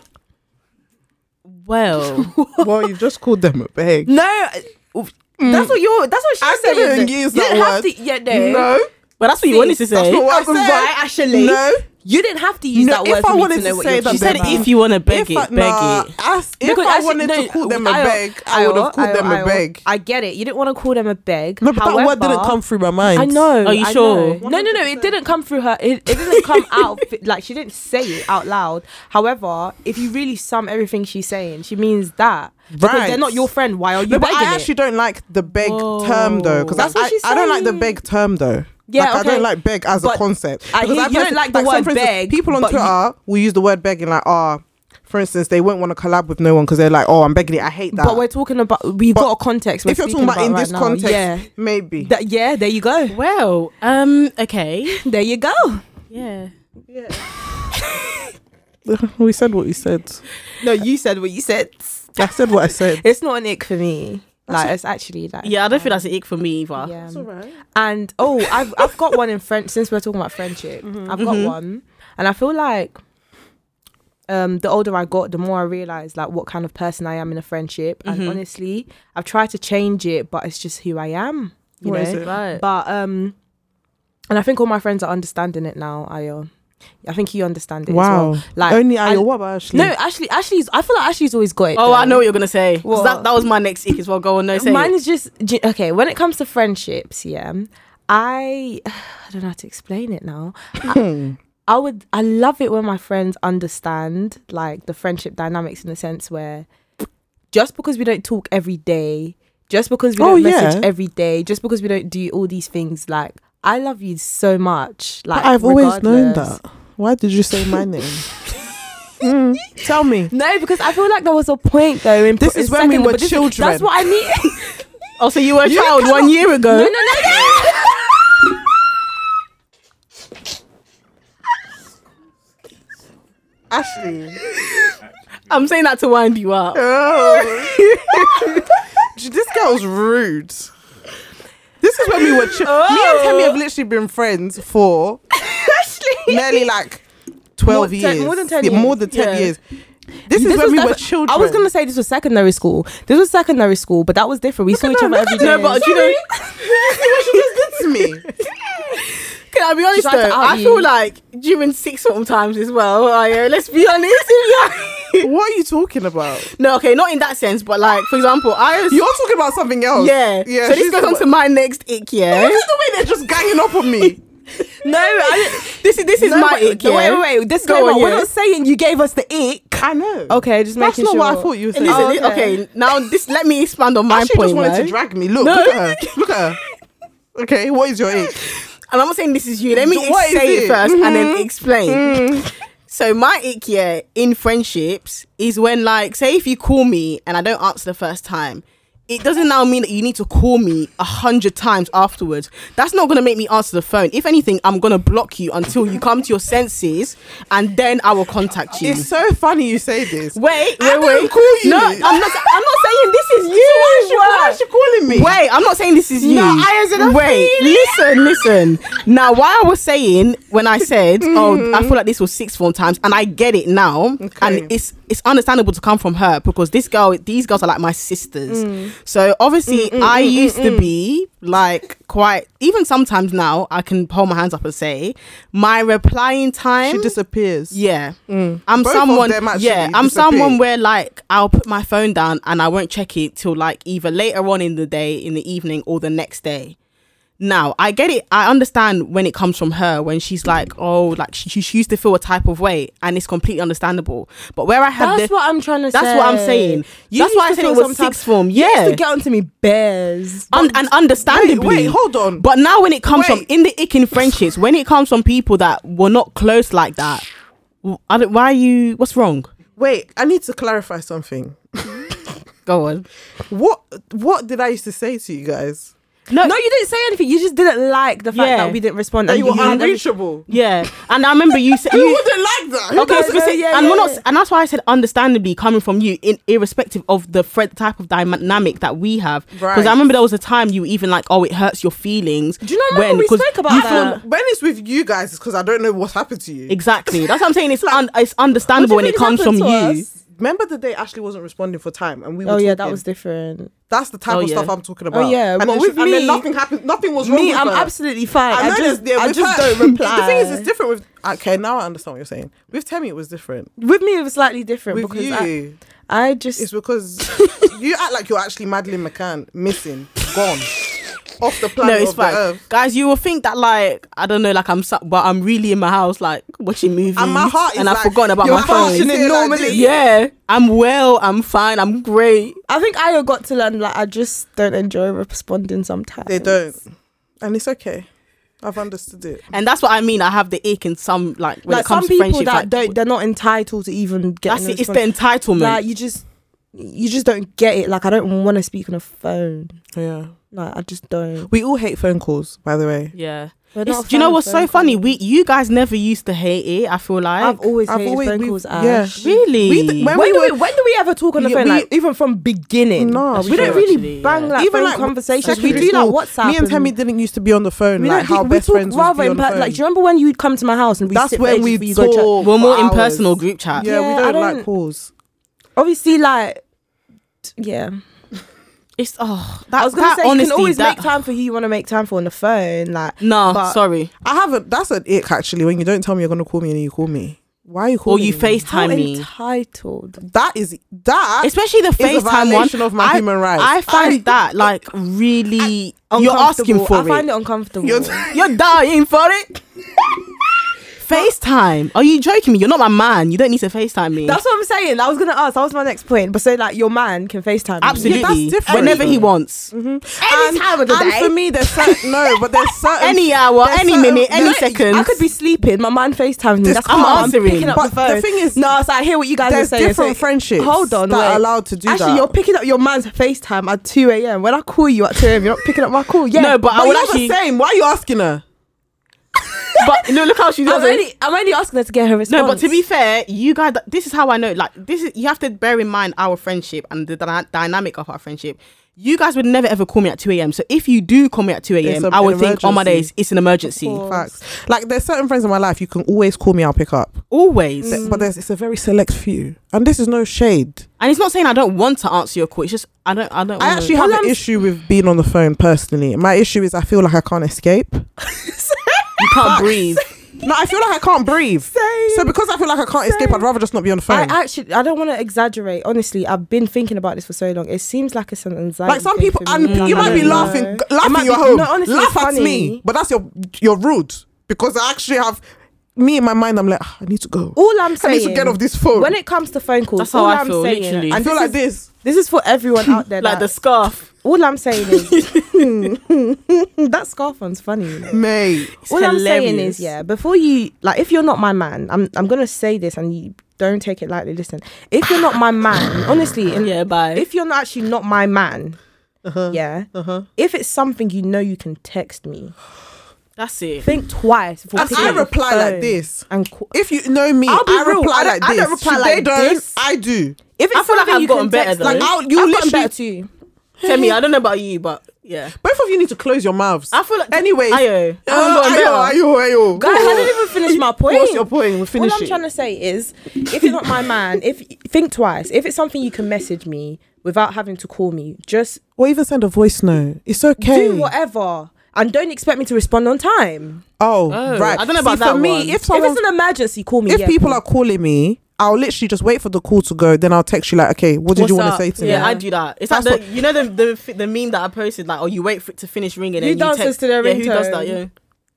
[SPEAKER 1] Well,
[SPEAKER 2] well, you've just called them a bag.
[SPEAKER 3] No, Mm. that's what you're. That's what she
[SPEAKER 2] I
[SPEAKER 3] said.
[SPEAKER 2] didn't use
[SPEAKER 3] you
[SPEAKER 2] that
[SPEAKER 3] didn't have
[SPEAKER 2] word.
[SPEAKER 3] to. Yeah, no.
[SPEAKER 2] No,
[SPEAKER 1] but that's what you
[SPEAKER 3] See,
[SPEAKER 1] wanted to
[SPEAKER 3] that's
[SPEAKER 1] say.
[SPEAKER 2] that's not what
[SPEAKER 3] That's
[SPEAKER 2] I was
[SPEAKER 3] right,
[SPEAKER 2] saying.
[SPEAKER 3] actually.
[SPEAKER 2] No,
[SPEAKER 3] You didn't have to use
[SPEAKER 2] No,
[SPEAKER 3] that word
[SPEAKER 2] if
[SPEAKER 3] for
[SPEAKER 2] I
[SPEAKER 3] me
[SPEAKER 2] wanted
[SPEAKER 3] to know
[SPEAKER 2] to
[SPEAKER 3] what
[SPEAKER 2] say
[SPEAKER 3] you're
[SPEAKER 2] that
[SPEAKER 1] she said,
[SPEAKER 2] Beba.
[SPEAKER 1] if you want to beg
[SPEAKER 2] if I,
[SPEAKER 1] it, beg
[SPEAKER 2] nah,
[SPEAKER 1] it.
[SPEAKER 2] I s- if
[SPEAKER 3] Because
[SPEAKER 2] I
[SPEAKER 3] actually-
[SPEAKER 2] wanted to
[SPEAKER 3] no,
[SPEAKER 2] call them a
[SPEAKER 3] I-
[SPEAKER 2] beg, I would have called them a
[SPEAKER 3] I-
[SPEAKER 2] beg.
[SPEAKER 3] I get it. You didn't want to call them a beg.
[SPEAKER 2] No, but that word didn't
[SPEAKER 3] However,
[SPEAKER 2] come through my mind.
[SPEAKER 3] I know.
[SPEAKER 1] Are you
[SPEAKER 3] I
[SPEAKER 1] sure?
[SPEAKER 3] know. No, no, no. It didn't come through her. It, it didn't come out of- like she didn't say it out loud. However, if you really sum everything she's saying, she means that because
[SPEAKER 2] Right.
[SPEAKER 3] they're not your friend. Why are you
[SPEAKER 2] No, but
[SPEAKER 3] begging
[SPEAKER 2] I
[SPEAKER 3] it?
[SPEAKER 2] actually don't like the beg term though, because
[SPEAKER 3] That's what
[SPEAKER 2] I,
[SPEAKER 3] she's
[SPEAKER 2] I don't like the
[SPEAKER 3] saying.
[SPEAKER 2] beg term though.
[SPEAKER 3] Yeah,
[SPEAKER 2] like, I
[SPEAKER 3] okay.
[SPEAKER 2] don't like beg as
[SPEAKER 3] But
[SPEAKER 2] a concept.
[SPEAKER 3] I
[SPEAKER 2] Because
[SPEAKER 3] hear- you don't
[SPEAKER 2] personally-
[SPEAKER 3] like the
[SPEAKER 2] some,
[SPEAKER 3] word
[SPEAKER 2] for instance,
[SPEAKER 3] beg,
[SPEAKER 2] People on
[SPEAKER 3] but you-
[SPEAKER 2] Twitter will use the word beg and like, ah, for instance, they won't want to collab with no one because they're like, oh, I'm begging it. I hate that.
[SPEAKER 3] but we're talking about we've
[SPEAKER 2] But
[SPEAKER 3] got a context. We're
[SPEAKER 2] if you're talking
[SPEAKER 3] speaking
[SPEAKER 2] about, in
[SPEAKER 3] right
[SPEAKER 2] this
[SPEAKER 3] now.
[SPEAKER 2] context,
[SPEAKER 3] yeah,
[SPEAKER 2] maybe.
[SPEAKER 3] that, yeah. There you go.
[SPEAKER 1] Well, um, okay,
[SPEAKER 3] There you go.
[SPEAKER 1] yeah.
[SPEAKER 2] we said what we said.
[SPEAKER 3] No, you said what you said.
[SPEAKER 2] I said what I said.
[SPEAKER 3] It's not an ick for me. Like it's actually like
[SPEAKER 1] Yeah, I don't think that's an ick for me either.
[SPEAKER 3] Yeah.
[SPEAKER 2] right.
[SPEAKER 3] And oh, I've I've got one in French since we're talking about friendship.
[SPEAKER 2] Mm-hmm.
[SPEAKER 3] I've got
[SPEAKER 1] Mhm.
[SPEAKER 3] one. And I feel like um the older I got, the more I realized like what kind of person I am in a friendship.
[SPEAKER 1] Mhm.
[SPEAKER 3] And honestly, I've tried to change it, but it's just who I am. You
[SPEAKER 2] What
[SPEAKER 3] know?
[SPEAKER 2] is it?
[SPEAKER 1] Right.
[SPEAKER 3] But um and I think all my friends are understanding it now, Ayo. I think you understand it as
[SPEAKER 2] Wow.
[SPEAKER 3] well. Like
[SPEAKER 2] Only I,
[SPEAKER 3] I-
[SPEAKER 2] what about Ashley?
[SPEAKER 3] No, Ashley Ashley's I feel like Ashley's always got it.
[SPEAKER 1] Oh,
[SPEAKER 3] though.
[SPEAKER 1] I know what you're gonna say. 'Cause
[SPEAKER 3] What?
[SPEAKER 1] That, that was my next ick as well. Go on, no, say
[SPEAKER 3] Mine
[SPEAKER 1] it.
[SPEAKER 3] is just j- okay. When it comes to friendships, yeah, I I don't know how to explain it now. I would I love it when my friends understand like the friendship dynamics in the sense where just because we don't talk every day, just because we
[SPEAKER 2] Oh,
[SPEAKER 3] don't message
[SPEAKER 2] yeah.
[SPEAKER 3] every day, just because we don't do all these things, like I love you so much. Like
[SPEAKER 2] I've always known
[SPEAKER 3] regardless.
[SPEAKER 2] that. Why did you say my name? Mm, tell me.
[SPEAKER 3] No, because I feel like there was a point though. In
[SPEAKER 2] This
[SPEAKER 3] in
[SPEAKER 2] is when we
[SPEAKER 3] secondary-
[SPEAKER 2] were
[SPEAKER 3] but this-
[SPEAKER 2] children.
[SPEAKER 3] That's what I mean.
[SPEAKER 1] Oh, so you were a
[SPEAKER 2] You
[SPEAKER 1] child one
[SPEAKER 2] cannot-
[SPEAKER 1] year ago?
[SPEAKER 3] no, no, no, no.
[SPEAKER 2] Ashley.
[SPEAKER 1] I'm saying that to wind you up.
[SPEAKER 2] Oh. this girl's rude. This is when we were. Ch- Me and Temi have literally been friends for nearly like twelve
[SPEAKER 3] More- ten-
[SPEAKER 2] years.
[SPEAKER 3] more than 10
[SPEAKER 2] Yeah, More
[SPEAKER 3] years.
[SPEAKER 2] than ten
[SPEAKER 1] Yeah.
[SPEAKER 2] years. This is
[SPEAKER 3] This
[SPEAKER 2] when
[SPEAKER 3] was
[SPEAKER 2] we
[SPEAKER 3] def-
[SPEAKER 2] were children.
[SPEAKER 3] I was gonna say this was secondary school. This was secondary school, but that was different. We saw each other every day.
[SPEAKER 1] No, but do you know,
[SPEAKER 2] She just did to me.
[SPEAKER 1] can I be honest
[SPEAKER 3] tried to
[SPEAKER 1] though?
[SPEAKER 3] out
[SPEAKER 1] I
[SPEAKER 3] you.
[SPEAKER 1] feel like during six form times as well. I, uh, let's be honest. if you are-
[SPEAKER 2] What are you talking about?
[SPEAKER 1] no, okay, not in that sense, but like for example, I was,
[SPEAKER 2] You're talking about something else.
[SPEAKER 1] yeah,
[SPEAKER 2] Yeah.
[SPEAKER 1] So this
[SPEAKER 2] she's
[SPEAKER 1] goes on
[SPEAKER 2] talking-
[SPEAKER 1] to my next ick, yeah.
[SPEAKER 2] Look at the way they're just ganging up on me.
[SPEAKER 3] no, I,
[SPEAKER 1] this is this is
[SPEAKER 3] no,
[SPEAKER 1] my
[SPEAKER 3] wait,
[SPEAKER 1] ick, yeah.
[SPEAKER 3] wait, wait, wait. This
[SPEAKER 1] Go on,
[SPEAKER 3] we're
[SPEAKER 1] yeah.
[SPEAKER 3] not saying you gave us the ick.
[SPEAKER 2] I know.
[SPEAKER 3] Okay, just
[SPEAKER 2] That's
[SPEAKER 3] making
[SPEAKER 2] not
[SPEAKER 3] sure.
[SPEAKER 2] what I thought you were saying.
[SPEAKER 1] Listen,
[SPEAKER 3] Oh,
[SPEAKER 1] li- okay.
[SPEAKER 3] okay.
[SPEAKER 1] now this let me expand on my
[SPEAKER 2] Ashley
[SPEAKER 1] point.
[SPEAKER 2] just wanted
[SPEAKER 1] right?
[SPEAKER 2] to drag me. Look,
[SPEAKER 1] No.
[SPEAKER 2] look at her. Look at her. Okay, what is your ick?
[SPEAKER 1] and I'm not saying this is you. Let me
[SPEAKER 2] What is
[SPEAKER 1] say it
[SPEAKER 2] it?
[SPEAKER 1] 1st and then explain. So my ick yeah in friendships is when like say if you call me and I don't answer the first time, it doesn't now mean that you need to call me a hundred times afterwards. That's not gonna make me answer the phone. If anything, I'm gonna block you until you come to your senses and then I will contact you.
[SPEAKER 2] It's so funny you say this.
[SPEAKER 1] Wait,
[SPEAKER 2] I
[SPEAKER 1] wait, wait.
[SPEAKER 2] didn't call you.
[SPEAKER 1] No, I'm not. I'm not saying this is you.
[SPEAKER 2] why is she- why
[SPEAKER 1] word.
[SPEAKER 2] is she calling me?
[SPEAKER 1] Wait, I'm not saying this is you.
[SPEAKER 2] No, I was in a
[SPEAKER 1] Wait, listen, listen. Now, why I was saying when I said, "Oh, I feel like this was six form times," and I get it now,
[SPEAKER 2] Mm-hmm. Okay.
[SPEAKER 1] and it's it's understandable to come from
[SPEAKER 2] Mm.
[SPEAKER 1] her because this girl, these girls are like my sisters. So obviously, I used to be like quite even sometimes now I can hold my hands up and say my replying time
[SPEAKER 2] She disappears.
[SPEAKER 1] yeah
[SPEAKER 2] Mm.
[SPEAKER 1] I'm
[SPEAKER 2] Both of
[SPEAKER 1] someone.
[SPEAKER 2] them actually
[SPEAKER 1] yeah, I'm
[SPEAKER 2] disappear.
[SPEAKER 1] someone where like I'll put my phone down and I won't check it till like either later on in the day, in the evening, or the next day. Now I get it. I understand when it comes from her when she's like, oh, like she, she used to feel a type of way, and it's completely understandable. But where I have
[SPEAKER 3] That's
[SPEAKER 1] the,
[SPEAKER 3] what I'm trying to
[SPEAKER 1] that's
[SPEAKER 3] say.
[SPEAKER 1] what I'm saying.
[SPEAKER 3] You
[SPEAKER 1] that's
[SPEAKER 3] used
[SPEAKER 1] why I
[SPEAKER 3] to
[SPEAKER 1] said
[SPEAKER 3] feel
[SPEAKER 1] it was
[SPEAKER 3] some type-
[SPEAKER 1] sixth form.
[SPEAKER 3] You used
[SPEAKER 1] Yeah,
[SPEAKER 3] to get onto me bears.
[SPEAKER 1] Un- and understandably.
[SPEAKER 2] Wait, wait, hold on.
[SPEAKER 1] But now, when it comes from
[SPEAKER 2] Wait.
[SPEAKER 1] in the icking friendships, when it comes from people that were not close like that, w- I don't, why are you? What's wrong?
[SPEAKER 2] Wait, I need to clarify something.
[SPEAKER 1] Go on.
[SPEAKER 2] What what did I used to say to you guys?
[SPEAKER 1] No,
[SPEAKER 3] No, you didn't say anything. You just didn't like the fact
[SPEAKER 1] Yeah.
[SPEAKER 3] that we didn't respond.
[SPEAKER 2] That you were
[SPEAKER 3] had every-
[SPEAKER 2] unreachable.
[SPEAKER 1] yeah. And I remember you said
[SPEAKER 2] Who
[SPEAKER 1] you.
[SPEAKER 2] wouldn't like that?
[SPEAKER 1] Okay,
[SPEAKER 3] does that?
[SPEAKER 1] specific,
[SPEAKER 3] Yeah,
[SPEAKER 1] and we're
[SPEAKER 3] yeah,
[SPEAKER 1] not,
[SPEAKER 3] yeah.
[SPEAKER 1] and that's why I said understandably coming from you, in irrespective of the fre- type of dynamic that we have. Because
[SPEAKER 2] Right.
[SPEAKER 1] I remember there was a time you were even like, oh, it hurts your feelings.
[SPEAKER 3] Do you not remember we
[SPEAKER 1] 'cause
[SPEAKER 3] spoke about
[SPEAKER 1] you
[SPEAKER 3] that?
[SPEAKER 1] feel-
[SPEAKER 2] When it's with you guys, it's because I don't know what happened to you.
[SPEAKER 1] Exactly. That's what I'm saying. It's un- it's understandable
[SPEAKER 3] What
[SPEAKER 1] when
[SPEAKER 3] do
[SPEAKER 1] it
[SPEAKER 3] think
[SPEAKER 1] comes from
[SPEAKER 3] happened
[SPEAKER 1] you.
[SPEAKER 3] to us?
[SPEAKER 2] Remember the day Ashley wasn't responding for time, and we. Were
[SPEAKER 3] Oh yeah, that
[SPEAKER 2] talking?
[SPEAKER 3] was different.
[SPEAKER 2] That's the type
[SPEAKER 1] Oh,
[SPEAKER 2] of
[SPEAKER 1] yeah.
[SPEAKER 2] stuff I'm talking about.
[SPEAKER 3] yeah,
[SPEAKER 2] and
[SPEAKER 3] but
[SPEAKER 2] then
[SPEAKER 3] with
[SPEAKER 2] and then
[SPEAKER 3] me-
[SPEAKER 2] nothing happened. Nothing was wrong.
[SPEAKER 3] Me,
[SPEAKER 2] with
[SPEAKER 3] I'm
[SPEAKER 2] her.
[SPEAKER 3] absolutely fine.
[SPEAKER 2] I,
[SPEAKER 3] I,
[SPEAKER 2] know
[SPEAKER 3] just,
[SPEAKER 2] this- yeah,
[SPEAKER 3] I
[SPEAKER 2] with
[SPEAKER 3] just
[SPEAKER 2] her-
[SPEAKER 3] don't reply.
[SPEAKER 2] The thing is, it's different with. Okay, now I understand what you're saying. With Temi, it was different.
[SPEAKER 3] With me, it was slightly different
[SPEAKER 2] With
[SPEAKER 3] because
[SPEAKER 2] you,
[SPEAKER 3] I, I just
[SPEAKER 2] it's because you act like you're actually Madeline McCann, missing, gone, off the
[SPEAKER 1] No,
[SPEAKER 2] planet
[SPEAKER 1] it's
[SPEAKER 2] of the
[SPEAKER 1] fine,
[SPEAKER 2] earth.
[SPEAKER 1] guys. You will think that like I don't know, like I'm, su- but I'm really in my house, like watching movies,
[SPEAKER 2] And my heart is
[SPEAKER 1] and
[SPEAKER 2] like,
[SPEAKER 1] I've forgotten about
[SPEAKER 2] you're
[SPEAKER 1] my phone.
[SPEAKER 2] functioning
[SPEAKER 3] Functioning
[SPEAKER 2] normally.
[SPEAKER 3] normally.
[SPEAKER 1] Yeah, I'm well, I'm fine, I'm great.
[SPEAKER 3] I think I got to learn like I just don't enjoy responding sometimes.
[SPEAKER 2] They don't, and it's okay. I've understood it.
[SPEAKER 1] And that's what I mean. I have the ick in some like when
[SPEAKER 3] like
[SPEAKER 1] it comes
[SPEAKER 3] some
[SPEAKER 1] to
[SPEAKER 3] people
[SPEAKER 1] friendships.
[SPEAKER 3] that
[SPEAKER 1] like,
[SPEAKER 3] don't they're not entitled to even get
[SPEAKER 1] that's
[SPEAKER 3] a
[SPEAKER 1] it. It's the
[SPEAKER 3] response.
[SPEAKER 1] entitlement.
[SPEAKER 3] like you just you just don't get it. Like I don't want to speak on the phone.
[SPEAKER 2] Yeah.
[SPEAKER 3] Like I just don't.
[SPEAKER 2] We all hate phone calls, by the way.
[SPEAKER 1] yeah.
[SPEAKER 3] We're
[SPEAKER 1] It's-
[SPEAKER 3] not
[SPEAKER 1] do you know
[SPEAKER 3] phone-
[SPEAKER 1] what's so
[SPEAKER 3] phone
[SPEAKER 1] funny?
[SPEAKER 3] calls.
[SPEAKER 1] We you guys never used to hate it. I feel like
[SPEAKER 3] I've always
[SPEAKER 2] I've
[SPEAKER 3] hated
[SPEAKER 2] always-
[SPEAKER 3] phone
[SPEAKER 2] we've-
[SPEAKER 3] calls.
[SPEAKER 2] yeah.
[SPEAKER 3] Ash.
[SPEAKER 1] really
[SPEAKER 2] We- when
[SPEAKER 3] When, do we when do we ever talk on the
[SPEAKER 2] Yeah,
[SPEAKER 3] phone?
[SPEAKER 2] we-
[SPEAKER 3] like even from beginning.
[SPEAKER 2] No,
[SPEAKER 3] we,
[SPEAKER 2] we
[SPEAKER 3] don't
[SPEAKER 2] don't
[SPEAKER 3] really
[SPEAKER 1] actually,
[SPEAKER 3] bang
[SPEAKER 1] yeah.
[SPEAKER 3] like
[SPEAKER 2] Even
[SPEAKER 3] even
[SPEAKER 2] like
[SPEAKER 3] conversations. We
[SPEAKER 2] secondary
[SPEAKER 3] do
[SPEAKER 2] school,
[SPEAKER 3] like WhatsApp.
[SPEAKER 2] Me and
[SPEAKER 3] and-
[SPEAKER 2] Temi didn't used to be on the phone.
[SPEAKER 3] We
[SPEAKER 2] like
[SPEAKER 3] don't do-
[SPEAKER 2] how
[SPEAKER 3] we
[SPEAKER 2] best
[SPEAKER 3] talk
[SPEAKER 2] friends would
[SPEAKER 3] rather
[SPEAKER 2] be on
[SPEAKER 3] in
[SPEAKER 2] the
[SPEAKER 3] per-
[SPEAKER 2] phone.
[SPEAKER 3] Like, do you remember when you'd come to my house and we
[SPEAKER 2] That's
[SPEAKER 3] sit
[SPEAKER 2] when we
[SPEAKER 3] go chat?
[SPEAKER 2] talk.
[SPEAKER 1] we're more
[SPEAKER 2] for
[SPEAKER 1] impersonal
[SPEAKER 2] hours.
[SPEAKER 1] group chat.
[SPEAKER 3] Yeah,
[SPEAKER 2] Yeah, we
[SPEAKER 3] I
[SPEAKER 2] don't like
[SPEAKER 3] don't-
[SPEAKER 2] calls.
[SPEAKER 3] Obviously, like, yeah.
[SPEAKER 1] It's oh that,
[SPEAKER 3] I was gonna
[SPEAKER 1] that
[SPEAKER 3] say
[SPEAKER 1] honestly
[SPEAKER 3] you can always
[SPEAKER 1] that
[SPEAKER 3] make time for who you want to make time for on the phone. Like,
[SPEAKER 1] no
[SPEAKER 2] but-
[SPEAKER 1] sorry
[SPEAKER 2] I haven't. That's an ick actually. When you don't tell me you're gonna call me and then you call me, why are you
[SPEAKER 1] or
[SPEAKER 2] calling?
[SPEAKER 1] you
[SPEAKER 2] me?
[SPEAKER 3] how
[SPEAKER 1] FaceTime me.
[SPEAKER 3] entitled.
[SPEAKER 2] That is that.
[SPEAKER 1] Especially the
[SPEAKER 2] is a
[SPEAKER 1] FaceTime one.
[SPEAKER 2] violation of my
[SPEAKER 1] I-
[SPEAKER 2] human rights.
[SPEAKER 1] I find
[SPEAKER 2] I-
[SPEAKER 1] that like really you're asking
[SPEAKER 3] Uncomfortable.
[SPEAKER 1] for
[SPEAKER 3] I find
[SPEAKER 1] it.
[SPEAKER 3] it uncomfortable.
[SPEAKER 2] You're-
[SPEAKER 1] You're dying for it. FaceTime? Are you joking me? You're not my man. You don't need to FaceTime me.
[SPEAKER 3] That's what I'm saying. I was gonna ask. That was my next point. But so, like, your man can Facetime. you.
[SPEAKER 1] Absolutely.
[SPEAKER 2] different.
[SPEAKER 1] Whenever he wants.
[SPEAKER 3] Any time of the
[SPEAKER 2] and
[SPEAKER 3] day.
[SPEAKER 2] for me, there's certain, no, but there's certain
[SPEAKER 1] Any hour,
[SPEAKER 2] there's
[SPEAKER 1] any
[SPEAKER 2] certain-
[SPEAKER 1] minute, any
[SPEAKER 2] no,
[SPEAKER 1] second.
[SPEAKER 3] I could be sleeping. My man Facetimes me.
[SPEAKER 2] This-
[SPEAKER 3] That's
[SPEAKER 1] I'm
[SPEAKER 3] calm.
[SPEAKER 1] answering.
[SPEAKER 3] I'm picking up
[SPEAKER 2] But
[SPEAKER 3] the phone.
[SPEAKER 2] the thing is,
[SPEAKER 3] no, so I hear what you guys are
[SPEAKER 2] There's
[SPEAKER 3] saying.
[SPEAKER 2] different
[SPEAKER 3] so-
[SPEAKER 2] friendships.
[SPEAKER 3] Hold on,
[SPEAKER 2] that
[SPEAKER 3] wait.
[SPEAKER 2] are allowed to do
[SPEAKER 3] Actually,
[SPEAKER 2] that.
[SPEAKER 3] you're picking up your man's FaceTime at 2 a.m. When I call you at 2 a.m., you're not picking up my call. Yeah,
[SPEAKER 1] No, but I
[SPEAKER 2] But
[SPEAKER 1] would
[SPEAKER 2] you're
[SPEAKER 1] actually-
[SPEAKER 2] the same. Why are you asking her?
[SPEAKER 1] but no, look how she does
[SPEAKER 3] I'm
[SPEAKER 1] it.
[SPEAKER 3] only, I'm only asking her to get her response.
[SPEAKER 1] no, but to be fair, you guys, this is how I know. Like, this is you have to bear in mind our friendship and the dyna- dynamic of our friendship. You guys would never ever call me at two a.m. So if you do call me at two
[SPEAKER 2] It's
[SPEAKER 1] a.m.,
[SPEAKER 2] a-
[SPEAKER 1] I would
[SPEAKER 2] an
[SPEAKER 1] think, oh my
[SPEAKER 2] emergency.
[SPEAKER 1] days, it's an emergency.
[SPEAKER 3] Of course.
[SPEAKER 2] Facts. Like there's certain friends in my life you can always call me. I'll pick up.
[SPEAKER 1] Always.
[SPEAKER 2] Th- But there's it's a very select few, and this is no shade.
[SPEAKER 1] And it's not saying I don't want to answer your call. It's just I don't. I don't.
[SPEAKER 2] I
[SPEAKER 1] wanna-
[SPEAKER 2] actually have an issue with being on the phone personally. My issue is I feel like I can't escape.
[SPEAKER 1] You can't breathe.
[SPEAKER 2] No, I feel like I can't breathe.
[SPEAKER 3] Same.
[SPEAKER 2] So because I feel like I can't escape, I'd rather just not be on the
[SPEAKER 3] I
[SPEAKER 2] phone.
[SPEAKER 3] actually, I don't want to exaggerate. Honestly, I've been thinking about this for so long. It seems like it's an anxiety.
[SPEAKER 2] like some
[SPEAKER 3] thing
[SPEAKER 2] people,
[SPEAKER 3] for
[SPEAKER 2] and
[SPEAKER 3] me.
[SPEAKER 1] No,
[SPEAKER 2] you
[SPEAKER 1] no,
[SPEAKER 2] might
[SPEAKER 1] no,
[SPEAKER 2] be
[SPEAKER 1] no.
[SPEAKER 2] laughing, g-
[SPEAKER 3] It
[SPEAKER 2] laugh
[SPEAKER 3] might
[SPEAKER 2] at
[SPEAKER 3] be-
[SPEAKER 2] your home,
[SPEAKER 3] no, honestly,
[SPEAKER 2] laugh
[SPEAKER 3] it's
[SPEAKER 2] at
[SPEAKER 3] funny.
[SPEAKER 2] me, but that's your you're rude because I actually have me in my mind. I'm like, "Ah, I need to go.
[SPEAKER 3] All I'm
[SPEAKER 2] I
[SPEAKER 3] saying.
[SPEAKER 2] need to get off this phone.
[SPEAKER 3] when it comes to phone calls,
[SPEAKER 1] That's how
[SPEAKER 3] all
[SPEAKER 1] I
[SPEAKER 3] am
[SPEAKER 1] feel,
[SPEAKER 3] saying,
[SPEAKER 1] literally.
[SPEAKER 2] I
[SPEAKER 3] and
[SPEAKER 2] feel
[SPEAKER 3] this
[SPEAKER 2] like
[SPEAKER 3] is-
[SPEAKER 2] this.
[SPEAKER 3] This is for everyone out there.
[SPEAKER 1] like
[SPEAKER 3] like
[SPEAKER 1] the scarf.
[SPEAKER 3] all I'm saying is hmm, that scarf one's funny. you know.
[SPEAKER 2] Mate,
[SPEAKER 1] It's
[SPEAKER 3] all I'm saying
[SPEAKER 1] hilarious.
[SPEAKER 3] is, yeah, before you like, if you're not my man, I'm I'm gonna say this, and you don't take it lightly. Listen, if you're not my man, honestly, and
[SPEAKER 1] Yeah, bye.
[SPEAKER 3] if you're not actually not my man,
[SPEAKER 2] Uh-huh.
[SPEAKER 3] yeah, if it's something you know you can text me,
[SPEAKER 1] That's it.
[SPEAKER 3] think twice. Before
[SPEAKER 2] As
[SPEAKER 3] picking
[SPEAKER 2] I
[SPEAKER 3] up the
[SPEAKER 2] reply like
[SPEAKER 3] phone
[SPEAKER 2] this.
[SPEAKER 3] and call.
[SPEAKER 2] if you know me,
[SPEAKER 3] I'll be
[SPEAKER 2] I
[SPEAKER 3] real.
[SPEAKER 2] reply
[SPEAKER 3] I don't-
[SPEAKER 2] like this.
[SPEAKER 3] I don't reply
[SPEAKER 2] They
[SPEAKER 3] like
[SPEAKER 2] don't,
[SPEAKER 3] this.
[SPEAKER 2] I do.
[SPEAKER 3] if it's
[SPEAKER 1] I feel like
[SPEAKER 3] something
[SPEAKER 1] I've
[SPEAKER 3] you
[SPEAKER 1] gotten
[SPEAKER 3] can
[SPEAKER 1] better,
[SPEAKER 3] text,
[SPEAKER 1] though.
[SPEAKER 3] like
[SPEAKER 2] Like,
[SPEAKER 3] I'll,
[SPEAKER 2] I'll- you
[SPEAKER 3] I've gotten
[SPEAKER 2] literally-
[SPEAKER 3] better too.
[SPEAKER 1] Temi, I don't know about you, but yeah.
[SPEAKER 2] Both of you need to close your mouths.
[SPEAKER 1] I feel like Ayo,
[SPEAKER 2] Anyways,
[SPEAKER 1] I haven't
[SPEAKER 2] Uh,
[SPEAKER 1] gotten
[SPEAKER 2] ayo,
[SPEAKER 1] better.
[SPEAKER 2] ayo, ayo.
[SPEAKER 3] Guys, I didn't even finish my point.
[SPEAKER 2] What's your point? We'll finish
[SPEAKER 3] All I'm
[SPEAKER 2] it.
[SPEAKER 3] trying to say is, if you're not my man, if think twice. If it's something you can message me without having to call me, just
[SPEAKER 2] or even send a voice note. It's okay.
[SPEAKER 3] do whatever, and don't expect me to respond on time.
[SPEAKER 2] Oh,
[SPEAKER 1] Oh,
[SPEAKER 2] right.
[SPEAKER 1] I don't know
[SPEAKER 2] See,
[SPEAKER 1] about that
[SPEAKER 2] for me,
[SPEAKER 1] one.
[SPEAKER 2] if
[SPEAKER 3] If
[SPEAKER 2] someone,
[SPEAKER 3] it's an emergency, call me.
[SPEAKER 2] if
[SPEAKER 3] yeah,
[SPEAKER 2] people
[SPEAKER 3] cool.
[SPEAKER 2] are calling me, I'll literally just wait for the call to go. Then I'll text you like, okay, what did
[SPEAKER 1] What's
[SPEAKER 2] you want to
[SPEAKER 1] up?
[SPEAKER 2] say to
[SPEAKER 1] yeah,
[SPEAKER 2] me?
[SPEAKER 1] I do that. It's like
[SPEAKER 2] That's
[SPEAKER 1] the, you know the, the fi- the meme that I posted like, oh, you wait for it to finish ringing and
[SPEAKER 3] Who
[SPEAKER 1] you
[SPEAKER 3] dances
[SPEAKER 1] text.
[SPEAKER 3] to their
[SPEAKER 1] yeah, who does
[SPEAKER 3] ringtone?
[SPEAKER 1] that? Yeah.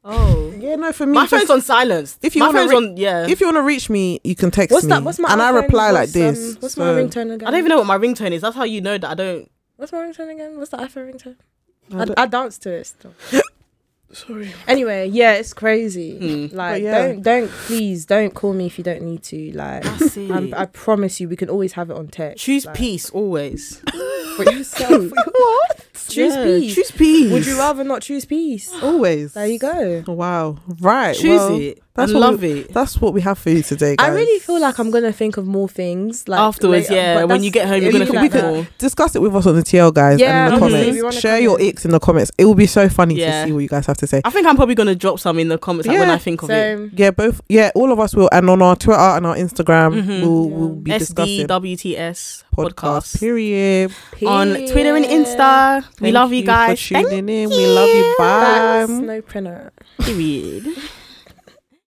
[SPEAKER 1] Oh,
[SPEAKER 2] yeah, no, for me,
[SPEAKER 1] my
[SPEAKER 2] just-
[SPEAKER 1] phone's on silence.
[SPEAKER 2] If you
[SPEAKER 1] my
[SPEAKER 2] wanna
[SPEAKER 1] phone's
[SPEAKER 2] re-
[SPEAKER 1] on, yeah.
[SPEAKER 2] if you want to reach me, you can text
[SPEAKER 3] What's
[SPEAKER 2] me.
[SPEAKER 3] that? What's my
[SPEAKER 2] and I
[SPEAKER 3] iPhone?
[SPEAKER 2] reply like
[SPEAKER 3] What's, um,
[SPEAKER 2] this.
[SPEAKER 3] what's
[SPEAKER 2] So-
[SPEAKER 3] my ringtone again?
[SPEAKER 1] I don't even know what my ringtone is. That's how you know that I don't.
[SPEAKER 3] What's my ringtone again? What's the iPhone ringtone?
[SPEAKER 2] I don't-
[SPEAKER 3] I, I dance to it still. Sorry. Anyway, yeah, it's crazy.
[SPEAKER 1] Mm.
[SPEAKER 3] Like,
[SPEAKER 2] But yeah.
[SPEAKER 3] don't, don't, please, don't call me if you don't need to. Like,
[SPEAKER 1] see.
[SPEAKER 3] I'm, I promise you, we can always have it on text.
[SPEAKER 1] Choose
[SPEAKER 3] like,
[SPEAKER 1] peace always.
[SPEAKER 3] for yourself.
[SPEAKER 2] what?
[SPEAKER 3] choose
[SPEAKER 1] Yeah,
[SPEAKER 3] peace.
[SPEAKER 2] Choose peace.
[SPEAKER 3] Would you rather not choose peace?
[SPEAKER 2] always?
[SPEAKER 3] There you go.
[SPEAKER 2] Wow. Right.
[SPEAKER 1] Choose
[SPEAKER 2] well,
[SPEAKER 1] it. I
[SPEAKER 2] that's what
[SPEAKER 1] love
[SPEAKER 2] we-
[SPEAKER 1] it.
[SPEAKER 2] That's what we have for you today, guys.
[SPEAKER 3] I really feel like I'm gonna think of more things like
[SPEAKER 1] Afterwards,
[SPEAKER 3] later,
[SPEAKER 1] yeah.
[SPEAKER 3] but
[SPEAKER 1] When you get
[SPEAKER 3] that's-
[SPEAKER 1] home, you're
[SPEAKER 3] it'll
[SPEAKER 1] gonna
[SPEAKER 3] be
[SPEAKER 1] think
[SPEAKER 3] like that.
[SPEAKER 1] more.
[SPEAKER 2] discuss it with us on the TL guys
[SPEAKER 3] Yeah,
[SPEAKER 2] and in the
[SPEAKER 1] obviously,
[SPEAKER 2] comments.
[SPEAKER 3] we wanna
[SPEAKER 2] Share
[SPEAKER 3] comment.
[SPEAKER 2] your icks in the comments. It will be so funny
[SPEAKER 1] Yeah.
[SPEAKER 2] to see what you guys have to say.
[SPEAKER 1] I think I'm probably gonna drop some in the comments like, when
[SPEAKER 2] Yeah,
[SPEAKER 1] I think of it.
[SPEAKER 3] So
[SPEAKER 2] Yeah, both. Yeah, all of us will, and on our Twitter and our Instagram,
[SPEAKER 1] Mhm.
[SPEAKER 2] we'll
[SPEAKER 3] Mm-hmm. Yeah.
[SPEAKER 2] we'll be discussing
[SPEAKER 1] SDWTS
[SPEAKER 2] podcast.
[SPEAKER 1] podcast.
[SPEAKER 2] Period.
[SPEAKER 1] on Twitter and
[SPEAKER 3] period.
[SPEAKER 1] Insta. we
[SPEAKER 2] Thank
[SPEAKER 1] love you,
[SPEAKER 2] for
[SPEAKER 1] guys.
[SPEAKER 2] tuning in. We love you. Bye.
[SPEAKER 3] Facts, no printer.
[SPEAKER 1] Period.